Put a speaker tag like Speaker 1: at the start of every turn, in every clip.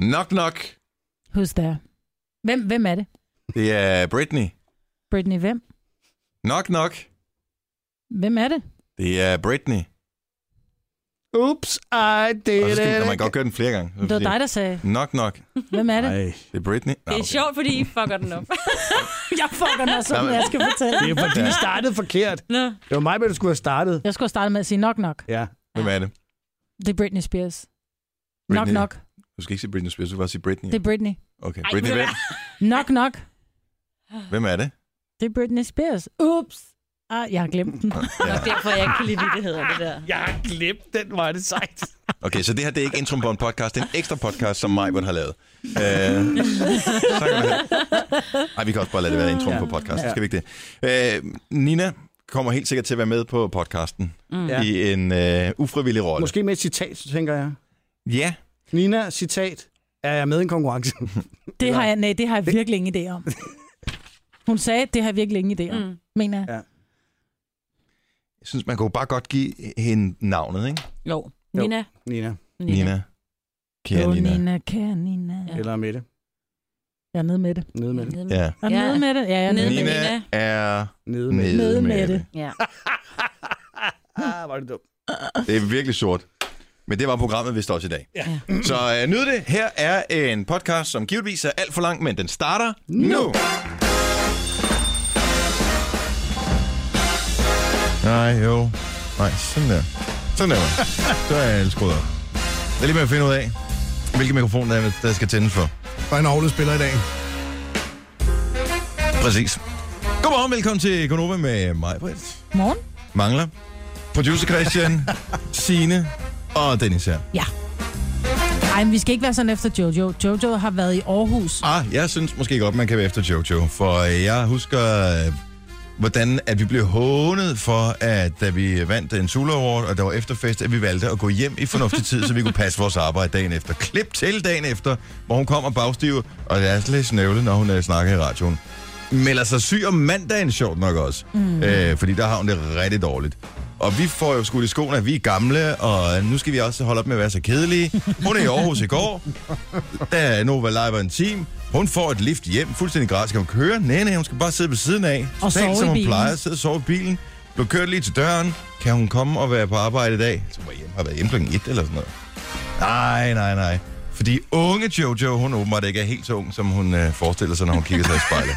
Speaker 1: Knock, knock.
Speaker 2: Who's there? Hvem, hvem er det?
Speaker 1: Det er Britney.
Speaker 2: Britney hvem?
Speaker 1: Knock, knock.
Speaker 2: Hvem er det?
Speaker 1: Det er Britney.
Speaker 3: Oops, I did
Speaker 1: Og så skal, når man
Speaker 3: it.
Speaker 1: kan godt gøre den flere gange.
Speaker 2: Det var dig, der sagde.
Speaker 1: Knock, knock.
Speaker 2: Hvem er det?
Speaker 3: Ej,
Speaker 1: Det er Britney. Nå,
Speaker 4: Det er sjovt, fordi I fucker den op.
Speaker 2: Jeg fucker mig sådan,
Speaker 1: Jamen.
Speaker 2: jeg skal fortælle.
Speaker 3: det er fordi, I startede forkert.
Speaker 4: Nå.
Speaker 3: Det var mig, der skulle have startet.
Speaker 2: Jeg skulle starte med at sige knock knock.
Speaker 3: Ja.
Speaker 1: Hvem er det?
Speaker 2: Det er Britney Spears.
Speaker 1: Britney.
Speaker 2: Knock knock.
Speaker 1: Du skal ikke sige Britney Spears, du skal bare sige Britney.
Speaker 2: Det er Britney.
Speaker 1: Okay,
Speaker 4: Ej,
Speaker 1: Britney
Speaker 4: ved du
Speaker 1: hvem?
Speaker 2: Knock knock.
Speaker 1: Hvem er det?
Speaker 2: Det er Britney Spears. Ups. Ah, jeg har glemt den.
Speaker 1: Ja.
Speaker 4: Nok derfor, jeg ikke kan lide, hvad det hedder, det der.
Speaker 3: Jeg har glemt den, var det sejt.
Speaker 1: Okay, så det her det er ikke introen på en podcast, det er en ekstra podcast, som Majbert har lavet. Øh, så kan man have- Ej, vi kan også bare lade det være introen på podcasten, skal vi ikke det? Øh, Nina kommer helt sikkert til at være med på podcasten mm.
Speaker 3: Ja.
Speaker 1: i en øh, ufrivillig rolle.
Speaker 3: Måske med et citat, tænker jeg.
Speaker 1: Ja,
Speaker 3: Nina, citat. Er jeg med i en konkurrence?
Speaker 2: Det har jeg, nej, det har jeg virkelig ingen idé om. Hun sagde, det har jeg virkelig ingen idé om, mm. mener jeg.
Speaker 3: Ja.
Speaker 1: jeg synes, man kunne bare godt give hende navnet, ikke?
Speaker 4: Jo.
Speaker 3: Jo.
Speaker 4: Nina.
Speaker 3: Nina.
Speaker 1: Nina. Nina. Kære
Speaker 2: Åh,
Speaker 1: Nina.
Speaker 2: Nina, kære Nina.
Speaker 4: Ja.
Speaker 3: Eller Mette.
Speaker 2: Jeg er nede med det.
Speaker 3: Nede med det.
Speaker 1: Ja.
Speaker 2: Er
Speaker 4: Ja.
Speaker 2: du nede med det? Ja, jeg er
Speaker 4: Nede med
Speaker 2: nede med det.
Speaker 1: Nina
Speaker 4: Nina.
Speaker 1: er
Speaker 3: Nede med det.
Speaker 1: nede,
Speaker 2: Nede
Speaker 1: med,
Speaker 2: med
Speaker 1: det.
Speaker 4: Ja.
Speaker 3: ah, var det dumt.
Speaker 1: Det er virkelig sort. Men det var programmet vist også i dag.
Speaker 3: Ja.
Speaker 1: Så øh, nyd det. Her er en podcast, som givetvis er alt for lang, men den starter nu. nu. Nej, jo. Nej, sådan der. Sådan der. mand. Så er jeg skruet op. Det er lige med at finde ud af, hvilken mikrofon der, er, der skal tændes for.
Speaker 5: Der er en Aarhus spiller i dag.
Speaker 1: Præcis. Godmorgen, velkommen til Konoba med mig, Britt.
Speaker 2: Morgen?
Speaker 1: mangler. Producer Christian, Sine og Dennis her.
Speaker 2: Ja. Ej, men vi skal ikke være sådan efter Jojo. Jojo har været i Aarhus.
Speaker 1: Ah, jeg synes måske godt, man kan være efter Jojo, for jeg husker, øh, hvordan at vi blev hånet for, at da vi vandt en Sula Award, og der var efterfest, at vi valgte at gå hjem i fornuftig tid, så vi kunne passe vores arbejde dagen efter. Klip til dagen efter, hvor hun kommer bagstivet, og det er altså lidt snøvlet, når hun øh, snakker i radioen. melder sig syg om mandagen, sjovt nok også.
Speaker 2: Mhm.
Speaker 1: Mm. Øh, fordi der har hun det rigtig dårligt. Og vi får jo skudt i skoene, at vi er gamle, og nu skal vi også holde op med at være så kedelige. Hun er i Aarhus i går. Der er Nova Live og en team. Hun får et lift hjem, fuldstændig gratis. Skal hun køre? Nej, nej, hun skal bare sidde ved siden af.
Speaker 2: Og
Speaker 1: Totalt,
Speaker 2: sove i
Speaker 1: som hun
Speaker 2: bilen.
Speaker 1: plejer. Sidde og sove i bilen. Blev kørt lige til døren. Kan hun komme og være på arbejde i dag? Så hun var hjemme. Har været hjemme klokken et eller sådan noget. Nej, nej, nej. Fordi unge Jojo, hun åbenbart ikke er helt så ung, som hun øh, forestiller sig, når hun kigger sig i spejlet.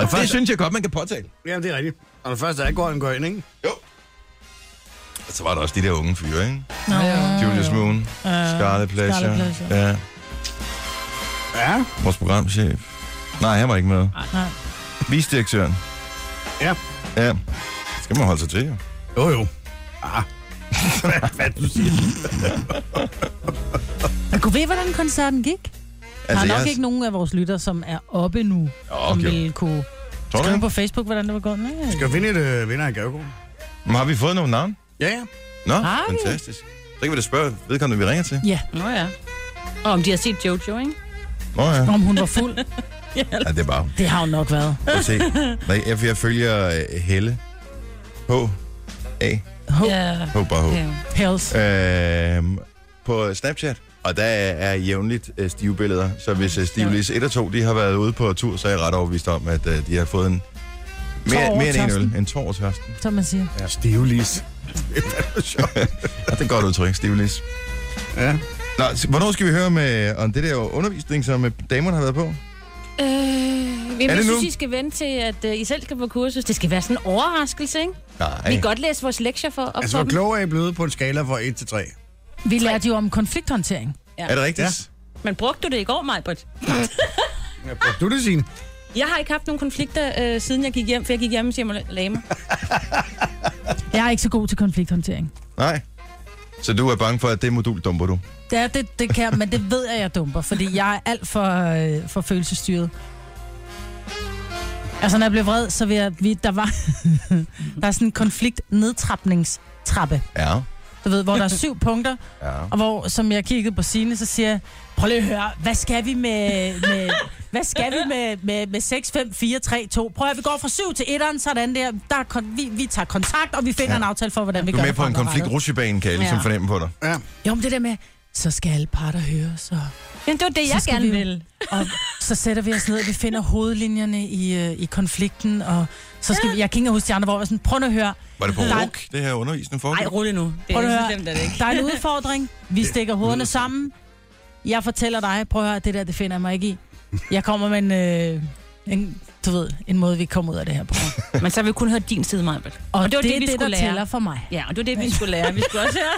Speaker 1: Og det synes jeg godt, man kan påtale.
Speaker 3: Jamen, det er rigtigt. Og det første er, går han går ind, ikke?
Speaker 1: Jo. Og så var der også de der unge fyre, ikke? Julius Moon, Scarlet Pleasure.
Speaker 2: Mm. Scarlet Pleasure.
Speaker 1: Ja,
Speaker 3: Ja.
Speaker 1: vores programchef. Nej, han var ikke med.
Speaker 2: nej.
Speaker 1: Visdirektøren.
Speaker 3: Ja.
Speaker 1: Ja. Det skal man holde sig til, jo.
Speaker 3: Jo, jo. Ah. hvad, hvad du siger?
Speaker 2: Men kunne ved, hvordan koncerten gik? Altså, der er nok
Speaker 1: jeg-
Speaker 2: ikke nogen af vores lytter, som er oppe nu,
Speaker 1: Åh,
Speaker 2: som
Speaker 1: jo.
Speaker 2: vil kunne
Speaker 1: Tror du
Speaker 2: skrive
Speaker 1: ikke?
Speaker 2: på Facebook, hvordan det var gået. Nej.
Speaker 3: Skal vi vinde et øh, vinder i gavekort?
Speaker 1: Men har vi fået nogle navn?
Speaker 3: Ja, ja.
Speaker 1: Nå,
Speaker 2: Har vi?
Speaker 1: fantastisk. Så kan vi da spørge vedkommende, vi ringer til.
Speaker 2: Ja,
Speaker 4: Nå ja. Og om de har set Jojo, ikke?
Speaker 1: Nå ja.
Speaker 2: om hun var fuld.
Speaker 1: ja det er bare...
Speaker 2: Det har hun nok været.
Speaker 1: Prøv at se. Nej, jeg, jeg følger øh, Helle. H. A.
Speaker 4: Ja.
Speaker 1: H. Bare H.
Speaker 4: Ja.
Speaker 2: Hells.
Speaker 1: øhm, på Snapchat, og der er jævnligt øh, stive billeder. Så hvis øh, Stive Lise 1 og 2 de har været ude på tur, så er jeg ret overbevist om, at øh, de har fået en
Speaker 2: Tår
Speaker 1: mere,
Speaker 2: over
Speaker 1: mere end en
Speaker 2: tørsten.
Speaker 1: øl. En tår over tørsten.
Speaker 2: Som man siger.
Speaker 3: ja. Stivlis.
Speaker 1: Ja, det er et godt udtryk, Stive Lise.
Speaker 3: Ja.
Speaker 1: Nå, s- hvornår skal vi høre med, om det der undervisning, som øh, damerne har været på?
Speaker 4: Øh,
Speaker 1: Er
Speaker 4: jeg
Speaker 1: det
Speaker 4: synes,
Speaker 1: nu?
Speaker 4: I skal vente til, at øh, I selv skal på kursus. Det skal være sådan en overraskelse, ikke?
Speaker 1: Nej.
Speaker 4: Vi kan godt læse vores lektier for op
Speaker 3: Altså,
Speaker 4: for
Speaker 3: hvor
Speaker 4: dem.
Speaker 3: klog er I blevet på en skala fra 1 til 3?
Speaker 2: Vi lærte jo om konflikthåndtering.
Speaker 1: Er det rigtigt?
Speaker 4: Men brugte du det i går, Majbert?
Speaker 3: Ja, brugte du det, Signe?
Speaker 4: Jeg har ikke haft nogen konflikter, øh, siden jeg gik hjem, for jeg gik hjem og lagde mig.
Speaker 2: Jeg er ikke så god til konflikthåndtering.
Speaker 1: Ja. Nej. Så du er bange for, at det modul dumper du?
Speaker 2: Ja, det, det kan jeg, men det ved jeg, jeg dumper, fordi jeg er alt for, øh, for følelsestyret. Altså, når jeg blev vred, så vil jeg... Vi, der, var, der er sådan en konfliktnedtrapningstrappe,
Speaker 1: Ja.
Speaker 2: du ved, hvor der er syv punkter,
Speaker 1: Ja.
Speaker 2: og hvor, som jeg kiggede på sine, så siger jeg, prøv lige at høre, hvad skal vi med... med hvad skal vi med, med, med 6, 5, 4, 3, 2? Prøv at høre, vi går fra 7 til 1'eren, sådan der. der er kon- vi, vi tager kontakt, og vi finder
Speaker 1: Ja.
Speaker 2: ja. en aftale for, hvordan vi
Speaker 1: Du
Speaker 2: gør
Speaker 1: er med
Speaker 2: det
Speaker 1: på en
Speaker 2: fremadrettet.
Speaker 1: konflikt kan jeg ligesom
Speaker 4: Ja.
Speaker 1: fornemme på dig.
Speaker 3: Ja.
Speaker 2: Jo, men det der med, så skal alle parter høres, og,
Speaker 5: Men det var det,
Speaker 2: Så
Speaker 5: jeg
Speaker 2: skal
Speaker 5: gerne
Speaker 2: vi jo-
Speaker 5: vil.
Speaker 2: og så sætter vi os ned, og vi finder hovedlinjerne i, øh, i konflikten, og så skal vi, jeg kan ikke huske de andre, hvor jeg var sådan, prøv nu at høre,
Speaker 1: Var det på
Speaker 2: Nej.
Speaker 1: RUK, det her undervisende for?
Speaker 4: Ej, rolig nu. Det
Speaker 2: Prøv
Speaker 4: er
Speaker 2: at
Speaker 4: så
Speaker 2: høre.
Speaker 4: slemt, er det ikke.
Speaker 2: der er en udfordring, vi stikker hovederne sammen, jeg fortæller dig, prøv at høre, det der, det finder jeg mig ikke i. Jeg kommer med en, øh, en du ved, en måde, vi kommer ud af det her på. Og,
Speaker 5: Men så har vi kun hørt din side, Maja.
Speaker 2: og
Speaker 5: det var det, vi
Speaker 2: det der
Speaker 5: skulle lære.
Speaker 2: tæller for mig.
Speaker 5: Ja, og det var det, vi skulle lære. Vi skulle også høre.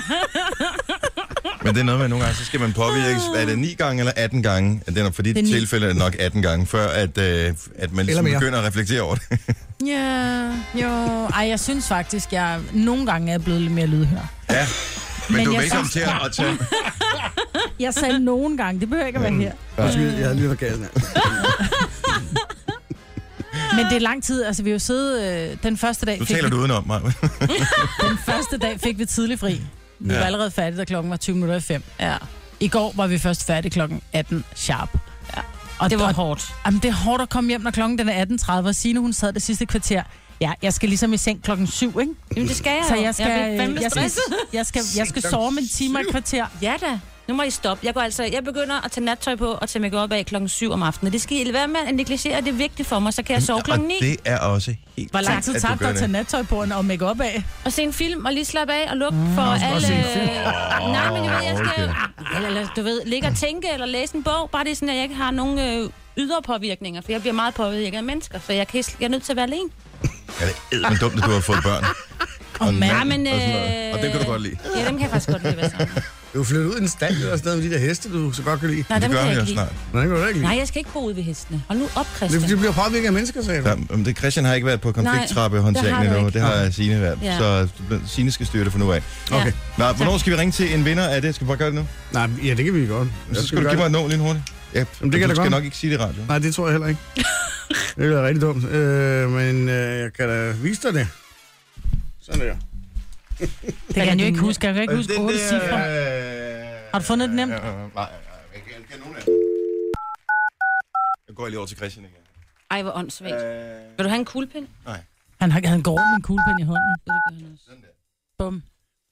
Speaker 1: Men det er noget med, at nogle gange, så skal man påvirke, er det 9 gange eller 18 gange? Det er nok, for dit
Speaker 2: Det er ni.
Speaker 1: tilfælde er det nok 18 gange, før at, øh, at man ligesom
Speaker 3: mere.
Speaker 1: begynder at reflektere over det.
Speaker 2: Ja, jo. Ej, jeg synes faktisk, jeg nogle gange er blevet lidt mere lydhør.
Speaker 1: ja. Men, Men
Speaker 2: Men
Speaker 1: du er
Speaker 2: jeg
Speaker 1: velkommen til at, at tage...
Speaker 2: Jeg sagde nogle gange, det behøver ikke at være her.
Speaker 3: Undskyld, jeg havde lige været gassen.
Speaker 2: Men det er lang tid, altså vi har jo siddet, øh, den første dag
Speaker 1: Nu
Speaker 2: fik
Speaker 1: taler
Speaker 2: vi,
Speaker 1: du udenom mig.
Speaker 2: den første dag fik vi tidlig fri. Vi
Speaker 1: Ja.
Speaker 2: var allerede færdige, da klokken var 20 minutter i fem.
Speaker 5: Ja.
Speaker 2: I går var vi først færdige klokken 18 sharp.
Speaker 5: Ja.
Speaker 2: Og
Speaker 5: Det var
Speaker 2: og,
Speaker 5: hårdt.
Speaker 2: jamen, det er hårdt at komme hjem, når klokken den er 18.30, og Signe, hun sad det sidste kvarter. Ja, jeg skal ligesom i seng klokken 7, ikke?
Speaker 5: Jamen, det skal jeg
Speaker 2: Så
Speaker 5: jo.
Speaker 2: jeg skal, øh,
Speaker 5: Jeg bliver fandme
Speaker 2: jeg skal,
Speaker 5: stresset.
Speaker 2: jeg skal, jeg skal sove om en time og et kvarter.
Speaker 5: Ja da. Nu må I stoppe. Jeg, går altså, jeg begynder at tage nattøj på og tage mig op af klokken 7 om aftenen. Det skal I lade være med at negligere. Det er vigtigt for mig. Så kan jeg sove klokken 9
Speaker 1: Og det er også helt
Speaker 2: Hvor lang tid
Speaker 1: at du
Speaker 2: tager det
Speaker 1: gør
Speaker 2: at tage nattøj på og make op af?
Speaker 5: og se en film og lige slappe af og lukke mm, for alle... Nej, men jeg, ved, jeg skal... Eller, eller, du ved, ligge og tænke eller læse en bog. Bare det er sådan, at jeg ikke har nogen øh, ydre påvirkninger. For jeg bliver meget påvirket af mennesker. Så jeg, kan, jeg er nødt til at være alene.
Speaker 1: Ja, det er eddermt dumt, at du har fået børn.
Speaker 2: Og mand.
Speaker 5: Ja, men, øh,
Speaker 1: og, sådan noget. og det kan du godt lide.
Speaker 5: Ja, dem kan jeg faktisk godt lide at være sammen med.
Speaker 3: Du er flyttet ud i en stald eller sådan noget med de der heste, du så godt kan lide.
Speaker 5: Nej,
Speaker 1: det
Speaker 5: dem kan
Speaker 1: gør
Speaker 5: jeg
Speaker 1: vi
Speaker 5: ikke
Speaker 1: jo
Speaker 5: lide.
Speaker 1: snart.
Speaker 3: Nej, det kan du da ikke
Speaker 5: Nej, altså-
Speaker 3: lide.
Speaker 5: jeg skal ikke bo ude ved hestene. Hold nu op,
Speaker 3: Det er
Speaker 5: Christian.
Speaker 3: fordi, du bliver påvirket af mennesker, sagde du.
Speaker 1: Ja, men det, Christian har ikke været på
Speaker 5: Nej, det
Speaker 1: konflikttrappehåndteringen
Speaker 5: har du
Speaker 1: endnu.
Speaker 5: ikke.
Speaker 1: Det har Signe været.
Speaker 5: Ja.
Speaker 1: Så Signe skal styre det for nu af.
Speaker 3: Okay.
Speaker 1: Nå, hvornår skal vi ringe til en vinder af det? Skal vi bare gøre det nu?
Speaker 3: Nej, ja, det kan vi godt.
Speaker 1: Så
Speaker 3: Jeg
Speaker 1: skal du
Speaker 3: gøre
Speaker 1: give mig et nummer lige hurtigt. Ja,
Speaker 3: Jamen, det
Speaker 1: du
Speaker 3: kan da
Speaker 1: skal
Speaker 3: godt.
Speaker 1: nok ikke sige det i radioen.
Speaker 3: Nej, det tror jeg heller ikke. Det ville være rigtig dumt. Øh, men øh, jeg kan da vise dig det. Sådan der.
Speaker 2: Det kan jeg jo ikke huske. Jeg kan ikke huske
Speaker 1: Den
Speaker 2: 8
Speaker 1: der,
Speaker 2: cifre.
Speaker 1: øh,
Speaker 2: Har du fundet det nemt?
Speaker 1: øh, øh, Nej, nej, jeg kan ikke nogen af dem. Jeg går lige over til Christian igen.
Speaker 5: Ej, hvor åndssvagt.
Speaker 1: Øh,
Speaker 5: Vil du have en kuglepind?
Speaker 2: Han, har- han går rundt med en kuglepen i hånden.
Speaker 5: Ja, det gør han også.
Speaker 1: sådan der.
Speaker 2: Bum.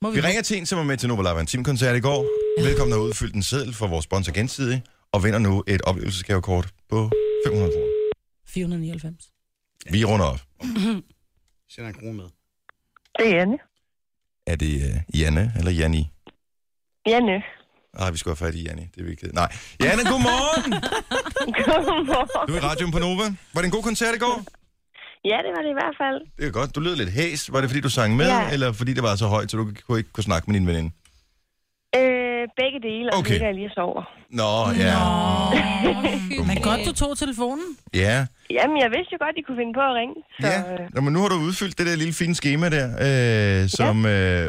Speaker 2: Må vi,
Speaker 1: Vi ringer til en, som var med til Nobel Live Team koncert i går. Velkommen har udfyldt en seddel for vores sponsor gensidig, og vinder nu et oplevelsesgavekort på 500 kroner.
Speaker 2: 499.
Speaker 1: Vi runder op.
Speaker 3: Sender en krone med.
Speaker 6: Det er Janne.
Speaker 1: Er det uh, Janne eller Janni?
Speaker 6: Janne.
Speaker 1: Nej, vi skal have fat i Janni. Det er vigtigt. Nej. Janne, godmorgen!
Speaker 6: Godmorgen.
Speaker 1: Du er i radioen på Nova. Var det en god koncert i går?
Speaker 6: Ja, det var det i hvert fald.
Speaker 1: Det er godt. Du lød lidt hæs. Var det, fordi du sang med,
Speaker 6: Ja.
Speaker 1: eller fordi det var så højt, så du kunne ikke kunne snakke med din veninde?
Speaker 6: Øh, begge dele, og
Speaker 1: Okay.
Speaker 6: okay. ligger jeg lige og sover.
Speaker 1: Nå, ja.
Speaker 2: Men godt, du tog telefonen.
Speaker 1: Ja.
Speaker 6: Jamen, jeg vidste jo godt, I kunne finde på at ringe. Så,
Speaker 1: Ja,
Speaker 6: øh,
Speaker 1: Nå, men nu har du udfyldt det der lille fine schema der, øh, som øh,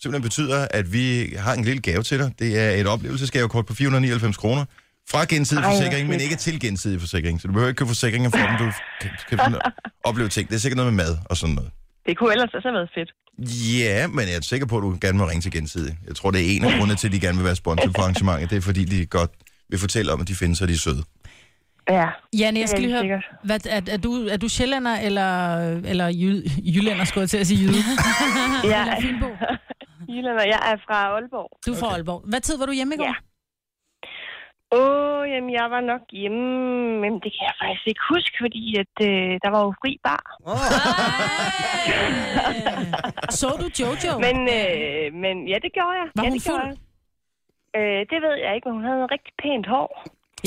Speaker 1: simpelthen betyder, at vi har en lille gave til dig. Det er et oplevelsesgavekort på 499 kroner fra gensidig
Speaker 6: Ej, hvor
Speaker 1: forsikring, men
Speaker 6: fedt.
Speaker 1: ikke til gensidig forsikring. Så du behøver ikke købe forsikringer for dem, du kan, kan finde- opleve ting. Det er sikkert noget med mad og sådan noget.
Speaker 6: det kunne ellers også have været fedt.
Speaker 1: Ja, men jeg er sikker på, at du gerne må ringe til gensidig. Jeg tror, det er en af grundene til, at de gerne vil være sponsor for arrangementet. Det er, fordi de godt vil fortælle om, at de findes, og de er søde.
Speaker 6: Ja,
Speaker 2: Janne, jeg skal
Speaker 6: Det
Speaker 2: lige
Speaker 6: er
Speaker 2: høre, hvad, er, er, du, er du sjællander eller, eller jyd, jyllander, skulle jeg til at sige jyde? Ah,
Speaker 6: jeg, Jylland, og jeg er fra Aalborg.
Speaker 2: Du er fra Aalborg. Hvad tid var du hjemme i går?
Speaker 6: Ja. Åh, jamen, jeg var nok hjemme, men det kan jeg faktisk ikke huske, fordi at, øh, der var jo fri bar.
Speaker 2: Så du Jojo?
Speaker 6: Men, øh, men ja, det gjorde jeg.
Speaker 2: Var
Speaker 6: ja,
Speaker 2: hun
Speaker 6: det gjorde
Speaker 2: fuld?
Speaker 6: jeg. Øh, det ved jeg ikke, men hun havde noget rigtig pænt hår.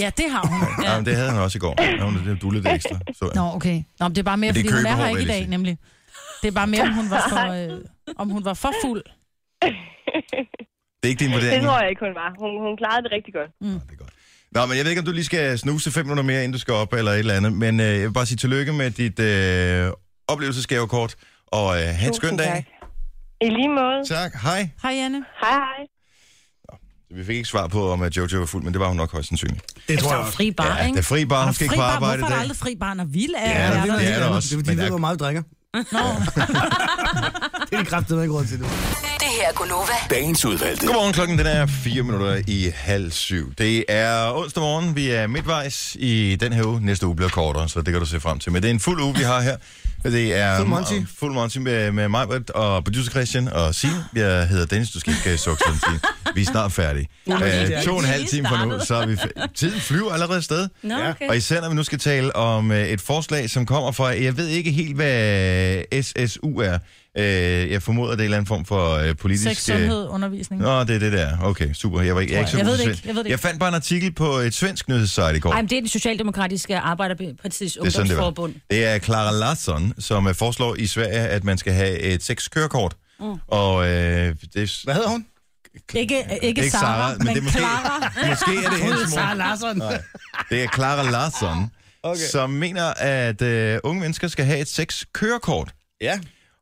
Speaker 2: Ja, det har hun.
Speaker 1: Ja. Jamen, det havde han også i går. Nå, men det dullede det ekstra. Så, ja.
Speaker 2: Nå, okay. Nå, men det er bare mere,
Speaker 1: Men det er
Speaker 2: fordi hun er
Speaker 1: køberhår,
Speaker 2: her ikke i
Speaker 1: vil jeg
Speaker 2: dag,
Speaker 1: sige.
Speaker 2: nemlig. Det er bare mere, om hun var for, øh, om hun var for fuld.
Speaker 1: Det er ikke din
Speaker 6: Det
Speaker 1: vurdering.
Speaker 6: tror jeg ikke, hun var. Hun, hun klarede det rigtig godt.
Speaker 1: Nå, det er godt. Nå, men jeg ved ikke, om du lige skal snuse fem minutter mere, inden du skal op eller et eller andet, men øh, jeg vil bare sige tillykke med dit øh, oplevelsesgavekort, og øh, have en skøn
Speaker 6: Tusind
Speaker 1: dag.
Speaker 6: I lige måde.
Speaker 1: Tak. Hej.
Speaker 2: Hej, Janne.
Speaker 6: Hej, hej.
Speaker 1: Vi fik ikke svar på, om at Jojo var fuld, men det var hun nok højst sandsynligt.
Speaker 3: Det tror jeg
Speaker 5: Så
Speaker 3: også.
Speaker 5: fri bar,
Speaker 1: Ja,
Speaker 5: ikke?
Speaker 1: der er fri bar, hun skal ikke på
Speaker 2: bar,
Speaker 1: arbejde i
Speaker 2: hvorfor er der
Speaker 1: dag.
Speaker 2: aldrig fri bar, når vi er
Speaker 1: Ja,
Speaker 2: er
Speaker 1: det
Speaker 2: der?
Speaker 1: er der også,
Speaker 3: Det er
Speaker 1: men
Speaker 3: fordi,
Speaker 1: der
Speaker 3: de ved,
Speaker 1: er-
Speaker 3: hvor meget du drikker.
Speaker 2: Nå,
Speaker 3: Det er de kraftedeme ikke råd til nu.
Speaker 7: Det her er Gunova.
Speaker 8: Dagens udvalgte.
Speaker 1: Godmorgen, klokken den er 4 minutter i halv syv. Det er onsdag morgen, vi er midtvejs i den her uge. Næste uge bliver kortere, så det kan du se frem til. Men det er en fuld uge, vi har her. Det er
Speaker 3: Fuld Monty.
Speaker 1: og- Fuld Monty med, med mig, Britt, og producer Christian og Signe. Jeg hedder Dennis, du skal ikke øh, sukke sådan Signe. Vi er snart færdige. Æ, to og en halv time fra nu, så er vi fa- Tiden flyver allerede afsted.
Speaker 4: Nå,
Speaker 3: Ja.
Speaker 4: okay.
Speaker 1: Og især når vi nu skal tale om øh, et forslag, som kommer fra, jeg ved ikke helt, hvad SSU er. Øh, jeg formoder, det er en eller anden form for øh, politisk...
Speaker 2: Sex,
Speaker 1: øh,
Speaker 2: sundhed, undervisning.
Speaker 1: Nå, det er det der. Okay, super. Jeg, var ikke, jeg, er ikke så
Speaker 2: Mm. Jeg
Speaker 1: god
Speaker 2: ved
Speaker 1: til
Speaker 2: det ikke.
Speaker 1: svensk.
Speaker 2: Jeg ved det
Speaker 1: jeg fandt bare en artikel på et svensk nyhedssite i går.
Speaker 4: Ej, men det er det socialdemokratiske Arbejderpartiets
Speaker 1: det er sådan, det var.
Speaker 4: ungdomsforbund.
Speaker 1: Det er Clara Larsson, som øh, foreslår i Sverige, at man skal have et sexkørekort. Mm. Og øh, det er...
Speaker 3: Hvad hedder hun?
Speaker 2: Ikke, ikke,
Speaker 1: Ikke
Speaker 2: ikke
Speaker 1: Sarah,
Speaker 2: Sara,
Speaker 1: men det er måske-
Speaker 2: Clara.
Speaker 1: Måske er det hendes mor.
Speaker 3: Larsson.
Speaker 1: Det er Clara Larsson, okay. som mener, at øh, unge mennesker skal have et sexkørekort.
Speaker 3: Ja.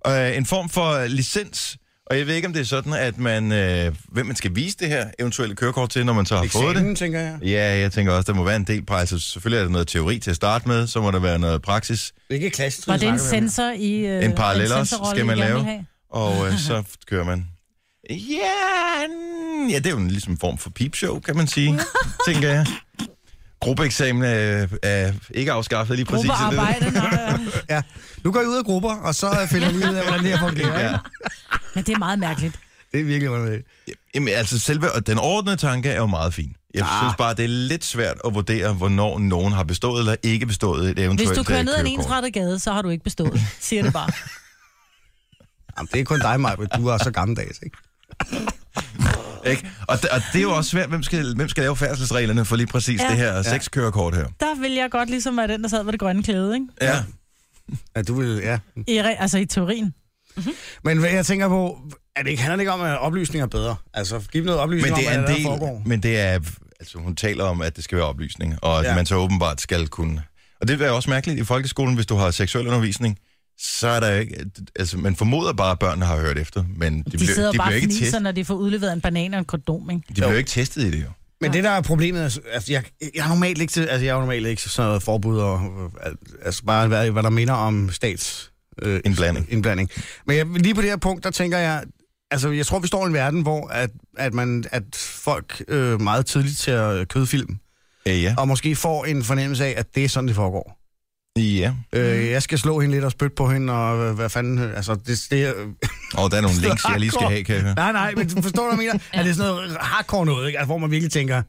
Speaker 1: øh, en form for licens. Og jeg ved ikke, om det er sådan, at man, øh, hvem man skal vise det her eventuelle kørekort til, når man så har fået det.
Speaker 3: Eksamen, tænker jeg.
Speaker 1: Ja, jeg tænker også, der må være en del praksis. Altså, Selvfølgelig er der noget teori til at starte med, så må der være noget praksis.
Speaker 3: Det er ikke klassisk.
Speaker 2: Var det en sensor i... Øh,
Speaker 1: En parallel også
Speaker 2: sensorrolle,
Speaker 1: skal man
Speaker 2: I gerne vil
Speaker 1: lave.
Speaker 2: have?
Speaker 1: Og øh, så kører man. Ja, mm, ja, det er jo en ligesom en form for peepshow, kan man sige, tænker jeg. Gruppeeksamen er, er ikke afskaffet lige præcis. så det-
Speaker 2: Gruppearbejde, når øh,
Speaker 3: Ja. Nu går I ud af grupper, og så øh, finder vi ud af, hvordan det her fungerer.
Speaker 1: Ja.
Speaker 3: ja.
Speaker 2: Men det er meget mærkeligt.
Speaker 3: Det er virkelig underligt.
Speaker 1: Jamen, altså selve, og den overordnede tanke er jo meget fin. Jeg ah. synes bare, det er lidt svært at vurdere, hvornår nogen har bestået eller ikke bestået et eventuelt
Speaker 2: Hvis du kører
Speaker 1: øh,
Speaker 2: ned ad en
Speaker 1: kørekort.
Speaker 2: ensrettet gade, så har du ikke bestået. Siger det bare.
Speaker 3: Jamen, det er kun dig, Maja, du er så gammeldags, ikke?
Speaker 1: Ikke? Og, det- og det er jo også svært, hvem skal, hvem skal lave færdselsreglerne for lige præcis ja.
Speaker 2: Ja.
Speaker 1: det her sexkørekort her.
Speaker 2: Der vil jeg godt ligesom være den, der sad med det grønne klæde, ikke?
Speaker 1: Ja.
Speaker 3: Ja, du vil, ja.
Speaker 2: I, re- altså i teorien.
Speaker 3: Men hvad jeg tænker på, er det ikke, handler det ikke om, at oplysninger er bedre? Altså, giv dem noget
Speaker 1: Men
Speaker 3: oplysning
Speaker 1: det
Speaker 3: om,
Speaker 1: er
Speaker 3: hvad
Speaker 1: en
Speaker 3: der, der
Speaker 1: del,
Speaker 3: foregår.
Speaker 1: men det er, altså hun taler om, at det skal være oplysning, og at ja.
Speaker 3: Ja.
Speaker 1: man så åbenbart skal kunne. Og det er også mærkeligt i folkeskolen, hvis du har seksuel undervisning, så er der ikke, altså man formoder bare, at børnene har hørt efter, men de,
Speaker 2: De,
Speaker 1: bliver,
Speaker 2: sidder
Speaker 1: de
Speaker 2: jo
Speaker 1: bliver
Speaker 2: bare og
Speaker 1: ikke
Speaker 2: fniser,
Speaker 1: testet.
Speaker 2: når de får udleveret en banan og en kondom, ikke?
Speaker 1: De bliver jo ikke testet i det jo.
Speaker 3: Men det, der er problemet, er, altså, jeg, jeg, er normalt ikke til, altså, jeg er normalt ikke til sådan noget forbud, og, øh, altså bare, hvad, hvad der minder om stats... Øh,
Speaker 1: Indblanding.
Speaker 3: indblanding. Men jeg, lige på det her punkt, der tænker jeg, altså jeg tror, vi står i en verden, hvor at, at, man, at folk øh, meget tidligt ser øh, kødfilm,
Speaker 1: Øh, ja.
Speaker 3: og måske får en fornemmelse af, at det er sådan, det foregår.
Speaker 1: Ja.
Speaker 3: Øh, jeg skal slå hende lidt og spytte på hende, og øh, hvad fanden... øh, Altså, det, det, øh,
Speaker 1: Og der er nogle links, jeg lige skal have, kan jeg høre.
Speaker 3: nej, nej, men du forstår du, hvad jeg mener? At det er sådan noget hardcore noget, ikke? Altså, hvor man virkelig tænker,